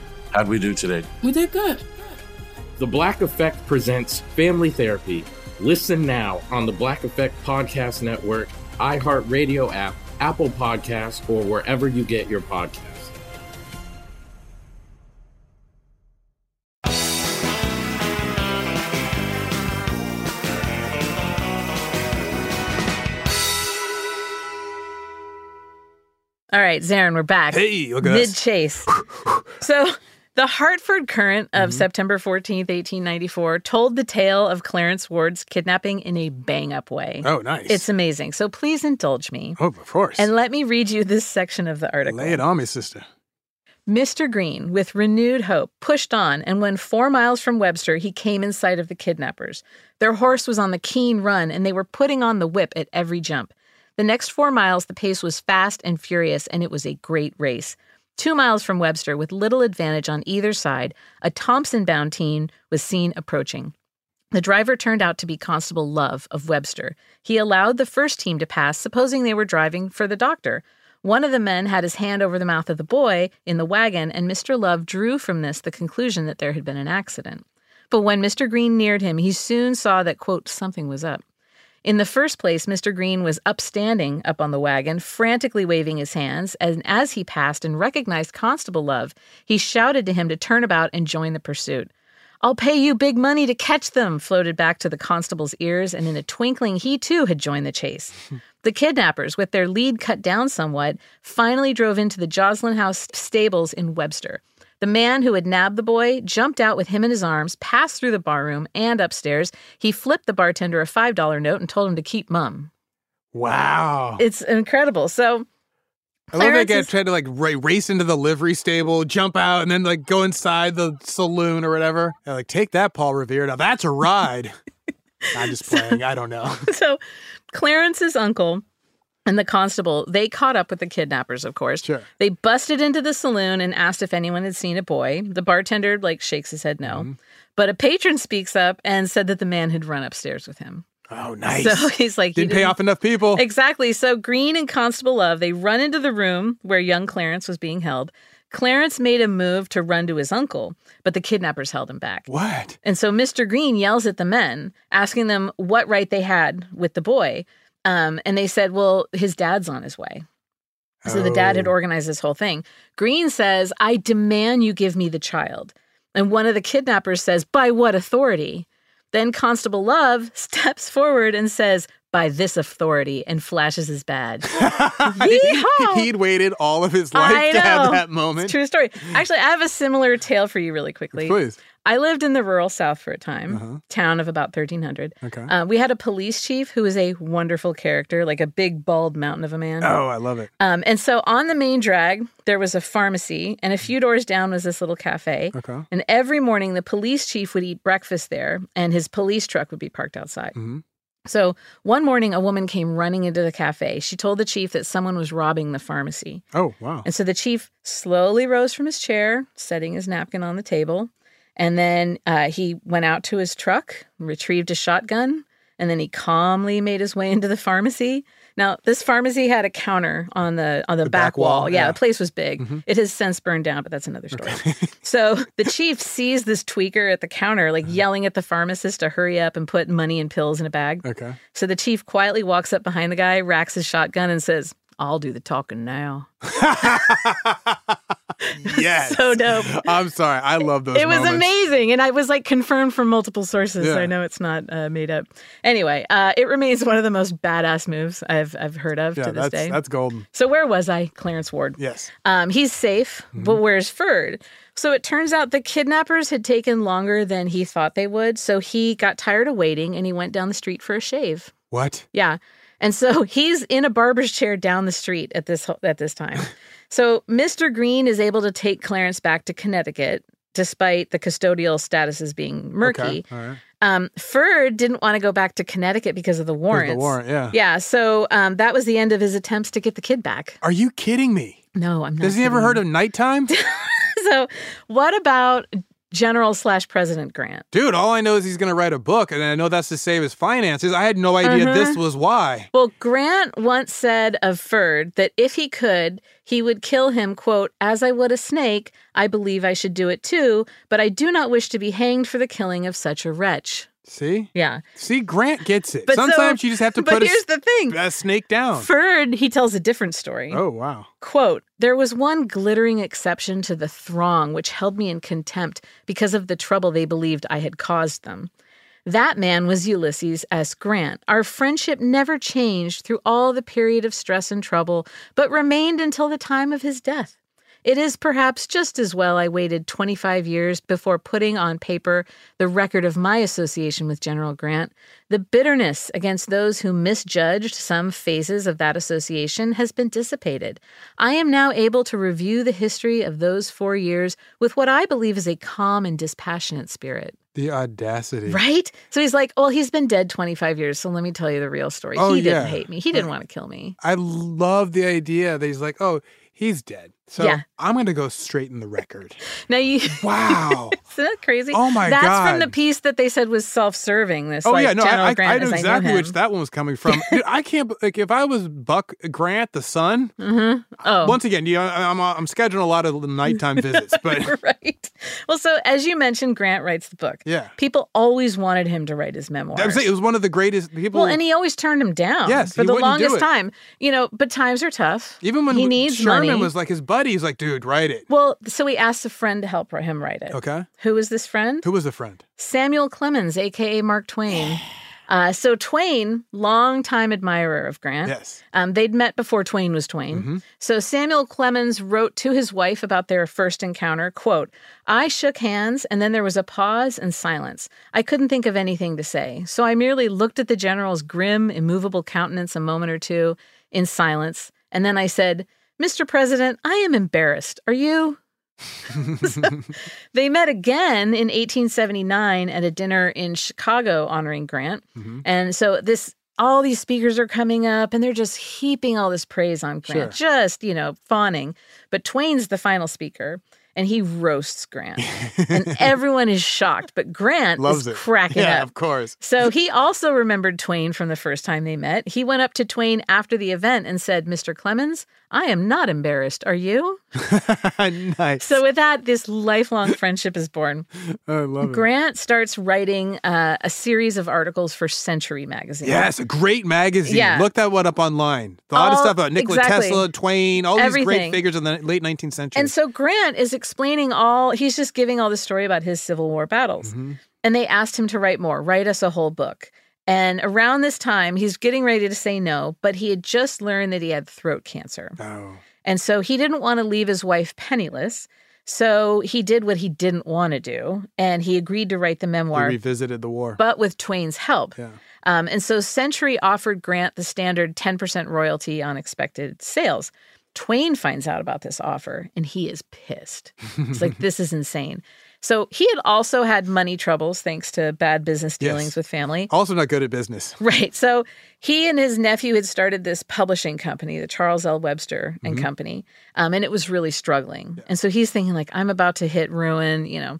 [SPEAKER 12] how'd we do today?
[SPEAKER 13] We did good.
[SPEAKER 14] The Black Effect presents Family Therapy. Listen now on the Black Effect Podcast Network, iHeartRadio app, Apple Podcasts, or wherever you get your podcasts.
[SPEAKER 8] All right, Zarin, we're back.
[SPEAKER 9] Hey, look at us.
[SPEAKER 8] Mid chase. so, the Hartford Current of
[SPEAKER 9] Mm-hmm.
[SPEAKER 8] September 14th, 1894, told the tale of Clarence Ward's kidnapping in a bang up way.
[SPEAKER 9] Oh, nice.
[SPEAKER 8] It's amazing. So, please indulge me.
[SPEAKER 9] Oh, of course.
[SPEAKER 8] And let me read you this section of the article.
[SPEAKER 9] Lay it on me, sister.
[SPEAKER 8] Mr. Green, with renewed hope, pushed on, and when four miles from Webster, he came in sight of the kidnappers. Their horse was on the keen run, and they were putting on the whip at every jump. The next four miles, the pace was fast and furious, and it was a great race. Two miles from Webster, with little advantage on either side, a Thompson bound teen was seen approaching. The driver turned out to be Constable Love of Webster. He allowed the first team to pass, supposing they were driving for the doctor. One of the men had his hand over the mouth of the boy in the wagon, and Mr. Love drew from this the conclusion that there had been an accident. But when Mr. Green neared him, he soon saw that, quote, something was up. In the first place, Mr. Green was upstanding up on the wagon, frantically waving his hands, and as he passed and recognized Constable Love, he shouted to him to turn about and join the pursuit. I'll pay you big money to catch them, floated back to the constable's ears, and in a twinkling he too had joined the [LAUGHS] chase. the kidnappers, with their lead cut down somewhat, finally drove into the Joslin House stables in Webster. The man who had nabbed the boy jumped out with him in his arms, passed through the barroom and upstairs. He flipped the bartender a $5 note and told him to keep mum.
[SPEAKER 9] Wow.
[SPEAKER 8] It's incredible. So,
[SPEAKER 9] I love that
[SPEAKER 8] Clarence
[SPEAKER 9] guy
[SPEAKER 8] is-
[SPEAKER 9] tried to like ra- race into the livery stable, jump out, and then like go inside the saloon or whatever. And, like, take that, Paul Revere. Now that's
[SPEAKER 8] [LAUGHS]
[SPEAKER 9] a ride. I'm just playing. I don't know.
[SPEAKER 8] so Clarence's uncle and the constable, they caught up with the kidnappers, of course.
[SPEAKER 9] Sure.
[SPEAKER 8] They busted into the saloon and asked if anyone had seen a boy. The bartender like shakes his head no.
[SPEAKER 9] Mm-hmm.
[SPEAKER 8] But a patron speaks up and said that the man had run upstairs with him.
[SPEAKER 9] Oh, nice.
[SPEAKER 8] So [LAUGHS] he's like he
[SPEAKER 9] didn't pay off enough people.
[SPEAKER 8] Exactly. So Green and Constable Love, they run into the room where young Clarence was being held. Clarence made a move to run to his uncle, but the kidnappers held him back.
[SPEAKER 9] What?
[SPEAKER 8] And so Mr. Green yells at the men, asking them what right they had with the boy. Um, and they said, well, his dad's on his way. So the dad had organized this whole thing. Green says, I demand you give me the child. And one of the [LAUGHS] kidnappers says, By what authority? Then Constable Love steps forward and says, by this authority and flashes his badge.
[SPEAKER 9] [LAUGHS] He'd waited all of his life
[SPEAKER 8] I
[SPEAKER 9] to have
[SPEAKER 8] know.
[SPEAKER 9] that
[SPEAKER 8] It's
[SPEAKER 9] moment.
[SPEAKER 8] a true story. Actually, I have a similar tale for you really quickly.
[SPEAKER 9] Please.
[SPEAKER 8] I lived in the rural South for a time, town of about 1,300.
[SPEAKER 9] Uh-huh. Okay.
[SPEAKER 8] Uh, we had a police chief who was a wonderful character, like a big, bald mountain of a man.
[SPEAKER 9] Oh, I love it.
[SPEAKER 8] Um, and so on the main drag, there was a pharmacy, and a few doors down was this little cafe.
[SPEAKER 9] Mm-hmm. Okay.
[SPEAKER 8] And every morning, the police chief would eat breakfast there, and his police truck would be parked outside.
[SPEAKER 9] Mm-hmm.
[SPEAKER 8] So one morning, a woman came running into the cafe. She told the chief that someone was robbing the pharmacy.
[SPEAKER 9] Oh, wow.
[SPEAKER 8] And so the chief slowly rose from his chair, setting his napkin on the table. And then uh, he went out to his truck, retrieved a shotgun, and then he calmly made his way into the pharmacy. Now, this pharmacy had a counter on the on the, back, wall. Yeah, Mm-hmm. the place was big. It has since burned down, but that's another story. [LAUGHS] so the chief sees this tweaker at the counter, like yelling at the pharmacist to hurry up and put money and pills in a bag.
[SPEAKER 9] Okay.
[SPEAKER 8] So the chief quietly walks up behind the guy, racks his shotgun, and says, I'll do the talking now.
[SPEAKER 9] Yes.
[SPEAKER 8] so dope.
[SPEAKER 9] [LAUGHS] I'm sorry. I love those
[SPEAKER 8] it was
[SPEAKER 9] moments.
[SPEAKER 8] amazing. And I was like confirmed from multiple sources.
[SPEAKER 9] Yeah.
[SPEAKER 8] So I know it's not uh, made up. Anyway, uh, it remains one of the most badass moves I've, I've heard of
[SPEAKER 9] Yeah,
[SPEAKER 8] to this
[SPEAKER 9] that's,
[SPEAKER 8] day.
[SPEAKER 9] that's golden.
[SPEAKER 8] So where was I? Clarence Ward.
[SPEAKER 9] Yes.
[SPEAKER 8] Um, he's safe, but
[SPEAKER 9] Mm-hmm.
[SPEAKER 8] where's Ferd? So it turns out the kidnappers had taken longer than he thought they would. So he got tired of waiting and he went down the street for a shave.
[SPEAKER 9] What?
[SPEAKER 8] Yeah. And so [LAUGHS] he's in a barber's chair down the street at this at this time. so Mr. Green is able to take Clarence back to Connecticut despite the custodial statuses being murky.
[SPEAKER 9] Okay. All right.
[SPEAKER 8] Um, Ferd didn't want to go back to Connecticut because of the warrants.
[SPEAKER 9] warrant, yeah.
[SPEAKER 8] Yeah. So um, that was the end of his attempts to get the kid back.
[SPEAKER 9] Are you kidding me?
[SPEAKER 8] No, I'm not.
[SPEAKER 9] Has he ever
[SPEAKER 8] kidding.
[SPEAKER 9] heard of nighttime?
[SPEAKER 8] [LAUGHS] so what about General slash President Grant?
[SPEAKER 9] Dude, all I know is he's going to write a book, and I know that's to save his finances. I had no idea
[SPEAKER 8] Uh-huh.
[SPEAKER 9] this was why.
[SPEAKER 8] Well, Grant once said of Ferd that if he could, he would kill him, quote, as I would a snake. I believe I should do it too, but I do not wish to be hanged for the killing of such a wretch.
[SPEAKER 9] See?
[SPEAKER 8] Yeah.
[SPEAKER 9] See, Grant gets it.
[SPEAKER 8] But so-
[SPEAKER 9] Sometimes you just have to
[SPEAKER 8] [LAUGHS] but
[SPEAKER 9] put a,
[SPEAKER 8] here's the thing.
[SPEAKER 9] a snake down.
[SPEAKER 8] Ferd, he tells a different story.
[SPEAKER 9] oh, wow.
[SPEAKER 8] Quote, there was one glittering exception to the throng which held me in contempt because of the trouble they believed I had caused them. That man was Ulysses S. Grant. Our friendship never changed through all the period of stress and trouble, but remained until the time of his death. It is perhaps just as well I waited 25 years before putting on paper the record of my association with General Grant. The bitterness against those who misjudged some phases of that association has been dissipated. I am now able to review the history of those four years with what I believe is a calm and dispassionate spirit.
[SPEAKER 9] The audacity.
[SPEAKER 8] Right? So he's like, well, he's been dead 25 years, so let me tell you the real story.
[SPEAKER 9] Oh,
[SPEAKER 8] he didn't
[SPEAKER 9] yeah.
[SPEAKER 8] hate me, he didn't want to kill me.
[SPEAKER 9] I love the idea that he's like, oh, he's dead. So
[SPEAKER 8] Yeah.
[SPEAKER 9] I'm going to go straighten
[SPEAKER 8] [LAUGHS]
[SPEAKER 9] the record.
[SPEAKER 8] Now you
[SPEAKER 9] Wow.
[SPEAKER 8] [LAUGHS] Isn't that crazy?
[SPEAKER 9] Oh, my
[SPEAKER 8] That's from
[SPEAKER 9] God.
[SPEAKER 8] the piece that they said was self-serving. This,
[SPEAKER 9] oh
[SPEAKER 8] like,
[SPEAKER 9] yeah, no,
[SPEAKER 8] General
[SPEAKER 9] I, I,
[SPEAKER 8] Grant
[SPEAKER 9] I
[SPEAKER 8] as
[SPEAKER 9] knew
[SPEAKER 8] know
[SPEAKER 9] exactly
[SPEAKER 8] him. [LAUGHS]
[SPEAKER 9] which that one was coming from. Dude, I can't b- like if I was Buck Grant, the son.
[SPEAKER 8] Mhm. Oh.
[SPEAKER 9] Once again, you know, I- I'm I'm scheduling a lot of
[SPEAKER 8] [LAUGHS]
[SPEAKER 9] nighttime visits, but
[SPEAKER 8] right. Well, so as you mentioned, Grant writes the book.
[SPEAKER 9] yeah,
[SPEAKER 8] People always wanted him to write his memoir.
[SPEAKER 9] [LAUGHS] I'm saying it was one of the greatest people.
[SPEAKER 8] well, and he always turned him down
[SPEAKER 9] Yes,
[SPEAKER 8] for
[SPEAKER 9] he
[SPEAKER 8] the
[SPEAKER 9] wouldn't do
[SPEAKER 8] longest
[SPEAKER 9] it.
[SPEAKER 8] time. You know, but times are tough.
[SPEAKER 9] even when
[SPEAKER 8] he needs
[SPEAKER 9] Sherman
[SPEAKER 8] money.
[SPEAKER 9] was like his buddy, he's like, dude, write it.
[SPEAKER 8] well, so he asked a friend to help him write it.
[SPEAKER 9] Okay,
[SPEAKER 8] Who was this friend?
[SPEAKER 9] who was the friend?
[SPEAKER 8] Samuel Clemens, aka Mark Twain. Uh, so Twain, longtime admirer of Grant.
[SPEAKER 9] Yes.
[SPEAKER 8] Um, they'd met before Twain was Twain. So Samuel Clemens wrote to his wife about their first encounter, quote, I shook hands and then there was a pause and silence. I couldn't think of anything to say. So I merely looked at the general's grim, immovable countenance a moment or two in silence. And then I said, Mr. President, I am embarrassed. Are you? They met again in 1879 at a dinner in Chicago honoring Grant.
[SPEAKER 9] Mm-hmm.
[SPEAKER 8] And so this all these speakers are coming up and they're just heaping all this praise on Grant, just, you know, fawning. But Twain's the final speaker and he roasts
[SPEAKER 9] [LAUGHS]
[SPEAKER 8] Grant. and everyone is shocked, but Grant
[SPEAKER 9] Loves
[SPEAKER 8] is
[SPEAKER 9] it.
[SPEAKER 8] cracking
[SPEAKER 9] yeah,
[SPEAKER 8] up.
[SPEAKER 9] of course. [LAUGHS]
[SPEAKER 8] So he also remembered Twain from the first time they met. He went up to Twain after the event and said, Mr. Clemens, I am not embarrassed. Are you?
[SPEAKER 9] nice.
[SPEAKER 8] So with that, this lifelong friendship is born.
[SPEAKER 9] I love it.
[SPEAKER 8] Grant starts writing uh, a series of articles for Century magazine.
[SPEAKER 9] Yes, a great magazine.
[SPEAKER 8] Yeah.
[SPEAKER 9] Look that one up online. A lot of
[SPEAKER 8] All-
[SPEAKER 9] stuff about Nikola
[SPEAKER 8] exactly.
[SPEAKER 9] Tesla, Twain, all these great
[SPEAKER 8] Everything.
[SPEAKER 9] figures in the late 19th century.
[SPEAKER 8] And so Grant is explaining all, he's
[SPEAKER 9] Mm-hmm.
[SPEAKER 8] just giving all the story about his Civil War battles. And they asked him to write more, write us a whole book. And around this time, he's getting ready to say no, but he had just learned that he had throat cancer.
[SPEAKER 9] Oh.
[SPEAKER 8] And so he didn't want to leave his wife penniless. So he did what he didn't want to do, and he agreed to write the
[SPEAKER 9] They
[SPEAKER 8] memoir,
[SPEAKER 9] revisited the war.
[SPEAKER 8] but with Twain's help.
[SPEAKER 9] Yeah.
[SPEAKER 8] Um, and so Century offered Grant the standard 10% royalty on expected sales. Twain finds out about this offer and he is pissed. It's
[SPEAKER 9] [LAUGHS]
[SPEAKER 8] like, this is insane. So he had also had money troubles thanks to bad business dealings
[SPEAKER 9] Yes.
[SPEAKER 8] with family.
[SPEAKER 9] Also not good at business.
[SPEAKER 8] [LAUGHS] Right. So he and his nephew had started this publishing company, the Charles L. Webster and
[SPEAKER 9] Mhm.
[SPEAKER 8] Company, um, and it was really struggling. And so he's thinking, like, I'm about to hit ruin, you know.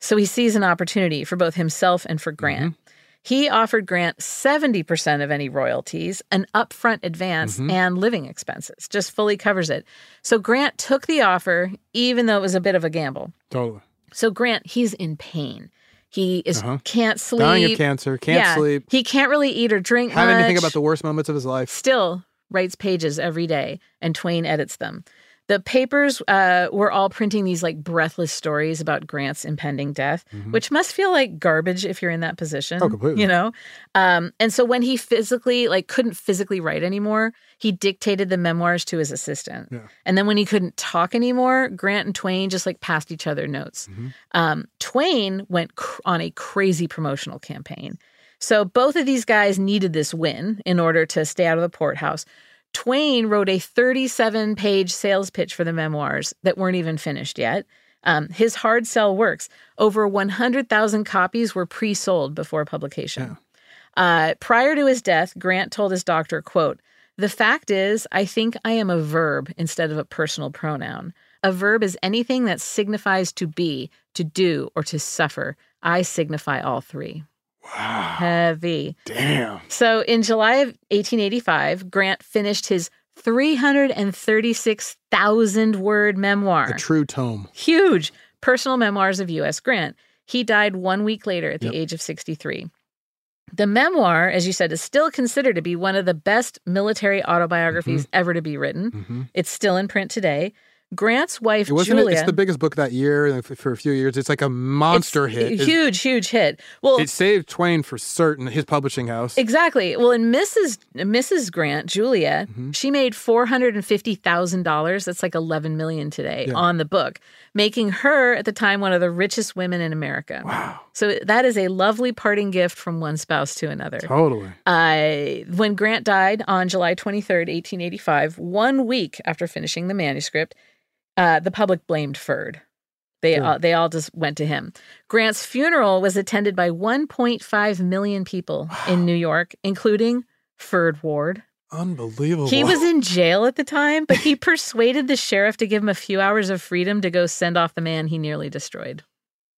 [SPEAKER 8] So he sees an opportunity for both himself and for Grant. He offered Grant 70% of any royalties, an upfront advance,
[SPEAKER 15] Mhm.
[SPEAKER 8] and living expenses, just fully covers it. So Grant took the offer, even though it was a bit of a gamble.
[SPEAKER 9] Totally.
[SPEAKER 8] So Grant, he's in pain. He is
[SPEAKER 9] Uh-huh.
[SPEAKER 8] can't sleep.
[SPEAKER 9] Dying of cancer, can't
[SPEAKER 8] Yeah.
[SPEAKER 9] sleep.
[SPEAKER 8] He can't really eat or drink
[SPEAKER 9] Having to think
[SPEAKER 8] much.
[SPEAKER 9] about the worst moments of his life.
[SPEAKER 8] Still writes pages every day, and Twain edits them. The papers uh, were all printing these like breathless stories about Grant's impending death, which must feel like garbage if you're in that position.
[SPEAKER 9] Mm-hmm. Oh, completely.
[SPEAKER 8] You know, um, and so when he physically like couldn't physically write anymore, he dictated the memoirs to his assistant.
[SPEAKER 9] Yeah.
[SPEAKER 8] And then when he couldn't talk anymore, Grant and Twain just like passed each other notes.
[SPEAKER 9] Mm-hmm.
[SPEAKER 8] Um, Twain went cr- on a crazy promotional campaign. So both of these guys needed this win in order to stay out of the courthouse. Twain wrote a 37 page sales pitch for the memoirs that weren't even finished yet. Um, his hard sell works. Over 100,000 copies were pre sold before publication. Uh, prior to his death, Grant told his doctor, quote, the fact is, I think I am a verb instead of a personal pronoun. A verb is anything that signifies to be, to do, or to suffer. I signify all three. Wow. Heavy.
[SPEAKER 9] Damn.
[SPEAKER 8] So in July of 1885, Grant finished his 336,000 word memoir
[SPEAKER 9] A true tome.
[SPEAKER 8] huge personal memoirs of U.S. Grant. He died one week later at the
[SPEAKER 9] Yep.
[SPEAKER 8] age of 63. The memoir, as you said, is still considered to be one of the best military autobiographies
[SPEAKER 9] Mm-hmm.
[SPEAKER 8] ever to be written.
[SPEAKER 9] Mhm.
[SPEAKER 8] It's still in print today. Grant's wife,
[SPEAKER 9] It wasn't.
[SPEAKER 8] Julia,
[SPEAKER 9] It's the biggest book that year and f- for a few years. It's like a monster hit. It-
[SPEAKER 8] huge, huge hit. Well,
[SPEAKER 9] it saved Twain for certain. His publishing house.
[SPEAKER 8] Exactly. Well, and Mrs. Mrs. Grant, Julia, she made four hundred and fifty thousand dollars. That's like eleven million today
[SPEAKER 9] Yeah.
[SPEAKER 8] on the book, making her at the time one of the richest women in America. Wow. So that is a lovely parting gift from one spouse to another.
[SPEAKER 9] Totally.
[SPEAKER 8] Uh, when Grant died on July 23rd, 1885, one week after finishing the manuscript, uh, the public blamed Ferd. They,
[SPEAKER 9] Sure.
[SPEAKER 8] all, they all just went to him. Grant's funeral was attended by 1.5 million people in New York, including Ferd Ward.
[SPEAKER 9] Unbelievable.
[SPEAKER 8] He was in jail at the time, but he persuaded the sheriff to give him a few hours of freedom to go send off the man he nearly destroyed.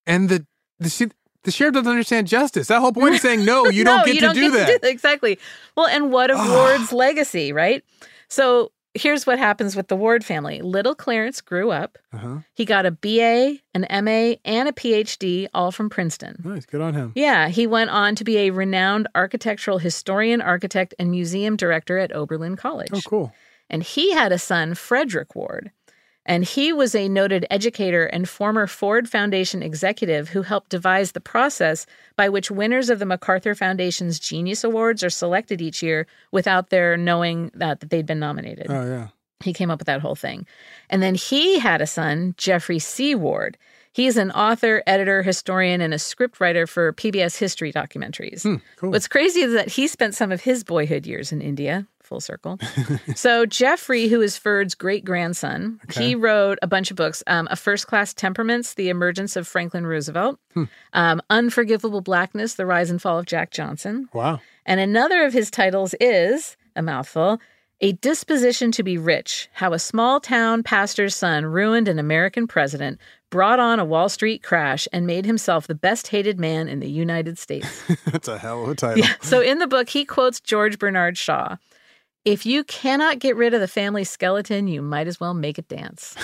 [SPEAKER 9] and the the she, the sheriff doesn't understand justice. That whole point is saying no,
[SPEAKER 8] [LAUGHS]
[SPEAKER 9] you
[SPEAKER 8] No,
[SPEAKER 9] don't get, to, do
[SPEAKER 8] get
[SPEAKER 9] that.
[SPEAKER 8] Exactly. Well, and what of Ward's legacy, right? So here's what happens with the Ward family. Little Clarence grew up.
[SPEAKER 9] Uh-huh.
[SPEAKER 8] He got a BA, an MA, and a PhD, all from Princeton.
[SPEAKER 9] Nice. Good on him.
[SPEAKER 8] Yeah, he went on to be a renowned architectural historian, architect, and museum director at Oberlin College.
[SPEAKER 9] Oh, cool.
[SPEAKER 8] And he had a son, Frederick Ward. And he was a noted educator and former Ford Foundation executive who helped devise the process by which winners of the MacArthur Foundation's Genius Awards are selected each year without their knowing that, that they'd been nominated.
[SPEAKER 9] Oh yeah.
[SPEAKER 8] He came up with that whole thing. And then he had a son, Jeffrey C. Ward. He's an author, editor, historian, and a scriptwriter for PBS history documentaries. What's crazy is that he spent some of his boyhood years in India, full circle. so, Jeffrey, who is Ferd's great grandson, he wrote a bunch of books um, A First Class Temperaments, The Emergence of Franklin Roosevelt, um, Unforgivable Blackness, The Rise and Fall of Jack Johnson.
[SPEAKER 9] Wow.
[SPEAKER 8] And another of his titles is a mouthful A Disposition to Be Rich How a Small Town Pastor's Son Ruined an American President, Brought on a Wall Street Crash, and Made Himself the Best Hated Man in the United States.
[SPEAKER 9] [LAUGHS] [LAUGHS] That's a hell of a title.
[SPEAKER 8] so in the book, he quotes George Bernard Shaw. If you cannot get rid of the family skeleton, you might as well make it dance.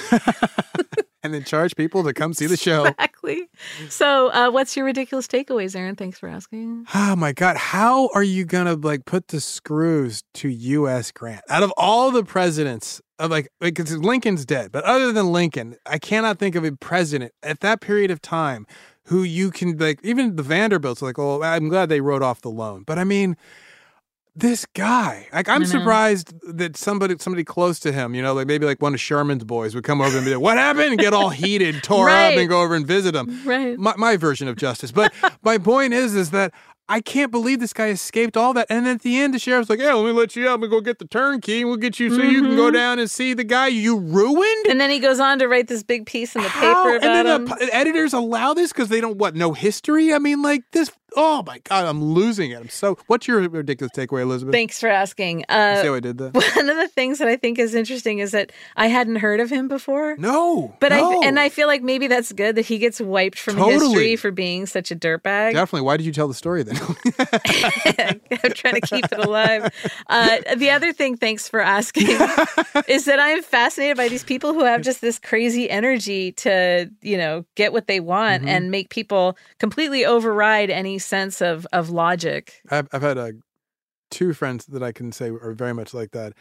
[SPEAKER 9] And then charge people to come [LAUGHS] see the show.
[SPEAKER 8] Exactly. So, uh, what's your ridiculous takeaways, Aaron? Thanks for asking.
[SPEAKER 9] Oh my God. How are you gonna like put the screws to US Grant? Out of all the presidents of like because Lincoln's dead, but other than Lincoln, I cannot think of a president at that period of time who you can like even the Vanderbilts like oh I'm glad they wrote off the loan but I mean this guy like I'm
[SPEAKER 2] I know.
[SPEAKER 9] surprised that somebody somebody close to him you know like maybe like one of Sherman's boys would come over and be like what happened and get all heated tore up
[SPEAKER 2] Right.
[SPEAKER 9] and go over and visit him
[SPEAKER 8] right
[SPEAKER 9] my, my version of
[SPEAKER 8] [LAUGHS]
[SPEAKER 9] justice but my point is is that I can't believe this guy escaped all that and then at the end the sheriff's like yeah let me let you out I'm gonna go get the turnkey and we'll get you so you can go
[SPEAKER 8] Mhm.
[SPEAKER 9] down and see the guy you ruined
[SPEAKER 8] And then he goes on to write this big piece in the
[SPEAKER 9] How-
[SPEAKER 8] paper
[SPEAKER 9] and
[SPEAKER 8] about
[SPEAKER 9] then
[SPEAKER 8] him.
[SPEAKER 9] the p- editors allow this because they don't what no history. I mean, like this. Oh my god, I'm losing it. I'm so. What's your ridiculous takeaway, Elizabeth?
[SPEAKER 8] Thanks for asking.
[SPEAKER 9] You
[SPEAKER 8] Uh,
[SPEAKER 9] see how I did
[SPEAKER 8] [LAUGHS]
[SPEAKER 9] that?
[SPEAKER 8] One of the things that I think is interesting is that I hadn't heard of him before.
[SPEAKER 9] No,
[SPEAKER 8] But
[SPEAKER 9] no.
[SPEAKER 8] I and I feel like maybe that's good that he gets wiped from
[SPEAKER 9] Totally.
[SPEAKER 8] history for being such a dirtbag.
[SPEAKER 9] definitely. Why did you tell the story then?
[SPEAKER 8] [LAUGHS]
[SPEAKER 9] [LAUGHS]
[SPEAKER 8] I'm trying to keep it alive. Uh, the other thing, thanks for
[SPEAKER 9] [LAUGHS]
[SPEAKER 8] asking, is that I am fascinated by these people who have just this crazy energy to, you know, get what they want
[SPEAKER 9] Mhm.
[SPEAKER 8] and make people completely override any sense of of logic. [LAUGHS]
[SPEAKER 9] I've, I've had uh, two friends that I can say are very much like that.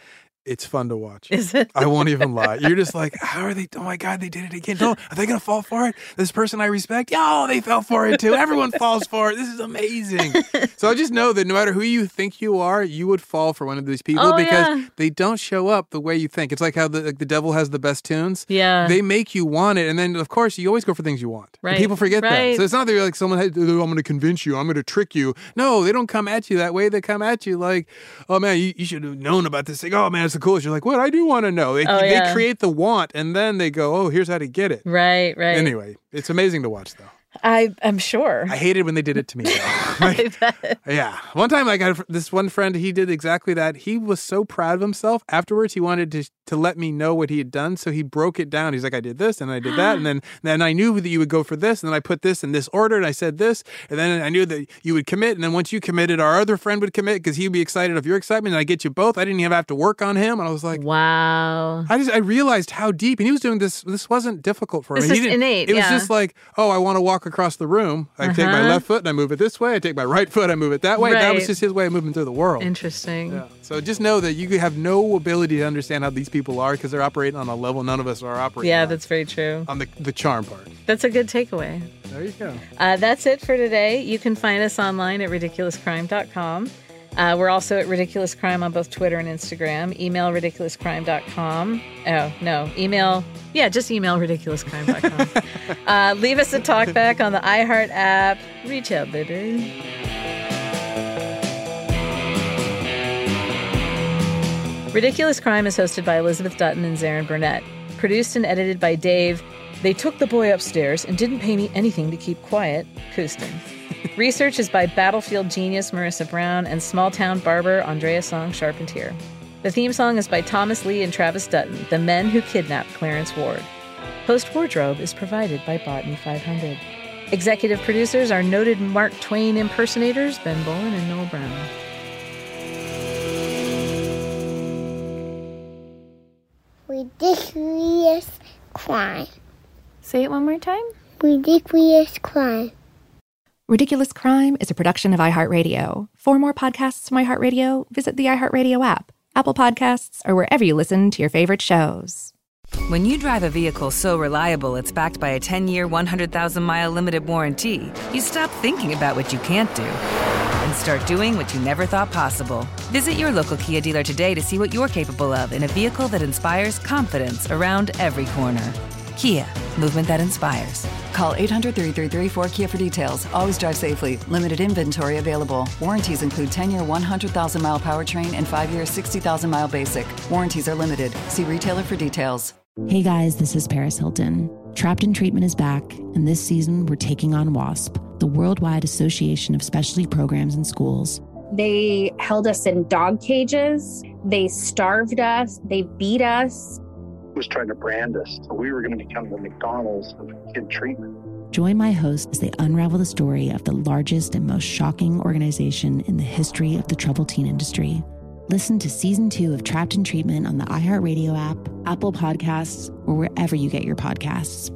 [SPEAKER 9] It's fun to watch.
[SPEAKER 8] Is it?
[SPEAKER 9] I won't even lie. You're just like, how are they? Oh my God, they did it again. Don't, are they going to fall for it? This person I respect? Yo, they fell for it too. Everyone falls for it. This is amazing. so I just know that no matter who you think you are, you would fall for one of these people
[SPEAKER 2] Oh,
[SPEAKER 9] because
[SPEAKER 2] yeah.
[SPEAKER 9] they don't show up the way you think. It's like how the, like the devil has the best tunes.
[SPEAKER 2] Yeah.
[SPEAKER 8] Uh.
[SPEAKER 9] They make you want it. And then, of course, you always go for things you want. And
[SPEAKER 2] Right.
[SPEAKER 9] people forget that.
[SPEAKER 2] Right.
[SPEAKER 9] So it's not that you're like someone, hey, I'm going to convince you, I'm going to trick you. No, they don't come at you that way. They come at you like, oh man, you, you should have known about this thing. Oh man, it's the coolest. You're like, what? I do want to know. They,
[SPEAKER 8] Oh,
[SPEAKER 9] they
[SPEAKER 8] yeah.
[SPEAKER 9] create the want and then they go, oh, here's how to get it.
[SPEAKER 8] Right, right.
[SPEAKER 9] Anyway, it's amazing to watch though.
[SPEAKER 8] I I'm sure.
[SPEAKER 9] I hated when they did it to me.
[SPEAKER 8] [LAUGHS]
[SPEAKER 9] though. [LAUGHS]
[SPEAKER 8] I bet.
[SPEAKER 9] yeah. One time I got this one friend, he did exactly that. He was so proud of himself. Afterwards, he wanted to, to let me know what he had done. So he broke it down. He's like, I did this and I did that. And then, then I knew that you would go for this. And then I put this in this order and I said this. And then I knew that you would commit. And then once you committed, our other friend would commit because he'd be excited of your excitement. And I get you both. I didn't even have to work on him. And I was like,
[SPEAKER 8] wow.
[SPEAKER 9] I just, I realized how deep. And he was doing this. This wasn't difficult for him.
[SPEAKER 8] This
[SPEAKER 9] He
[SPEAKER 8] is
[SPEAKER 9] didn't-
[SPEAKER 8] innate,
[SPEAKER 9] It was
[SPEAKER 8] yeah.
[SPEAKER 9] just like, oh, I want to walk across the room. I take my
[SPEAKER 8] Uh-huh.
[SPEAKER 9] left foot and I move it this way. I take my right foot, I move it that way. That was
[SPEAKER 8] Right.
[SPEAKER 9] just his way of moving through the world.
[SPEAKER 8] Interesting.
[SPEAKER 9] So just know that you have no ability to understand how these people are because they're operating on a level none of us are operating
[SPEAKER 8] Yeah,
[SPEAKER 9] on.
[SPEAKER 8] that's very true.
[SPEAKER 9] on the, the charm part.
[SPEAKER 8] That's a good takeaway.
[SPEAKER 9] There you go.
[SPEAKER 8] Uh, that's it for today. You can find us online at ridiculouscrime.com. Uh, we're also at Ridiculous Crime on both Twitter and Instagram. Email ridiculouscrime.com. Oh, no. Email, yeah, just email ridiculouscrime.com. uh, leave us a talk back on the iHeart app. Reach out, baby. Ridiculous Crime is hosted by Elizabeth Dutton and Zarin Burnett. Produced and edited by Dave. They took the boy upstairs and didn't pay me anything to keep quiet, Kustin. Research is by Battlefield Genius Marissa Brown and Small Town Barber Andrea Song Charpentier. The theme song is by Thomas Lee and Travis Dutton, The Men Who Kidnapped Clarence Ward. Post wardrobe is provided by Botany 500. Executive producers are noted Mark Twain impersonators Ben Bolin and Noel Brown.
[SPEAKER 1] Ridiculous crime.
[SPEAKER 7] Say it one more time.
[SPEAKER 1] Ridiculous crime.
[SPEAKER 7] Ridiculous Crime is a production of iHeartRadio. For more podcasts from iHeartRadio, visit the iHeartRadio app, Apple Podcasts, or wherever you listen to your favorite shows.
[SPEAKER 4] When you drive a vehicle so reliable it's backed by a 10 year, 100,000 mile limited warranty, you stop thinking about what you can't do and start doing what you never thought possible. Visit your local Kia dealer today to see what you're capable of in a vehicle that inspires confidence around every corner. Kia, movement that inspires.
[SPEAKER 5] Call 800 333 4KIA for details. Always drive safely. Limited inventory available. Warranties include 10 year 100,000 mile powertrain and 5 year 60,000 mile basic. Warranties are limited. See retailer for details.
[SPEAKER 3] Hey guys, this is Paris Hilton. Trapped in Treatment is back, and this season we're taking on WASP, the Worldwide Association of Specialty Programs in Schools.
[SPEAKER 16] They held us in dog cages. They starved us. They beat us.
[SPEAKER 17] was trying to brand us. So we were going to become the McDonald's of kid treatment.
[SPEAKER 3] Join my hosts as they unravel the story of the largest and most shocking organization in the history of the troubled teen industry. Listen to season two of Trapped in Treatment on the iHeartRadio app, Apple Podcasts, or wherever you get your podcasts.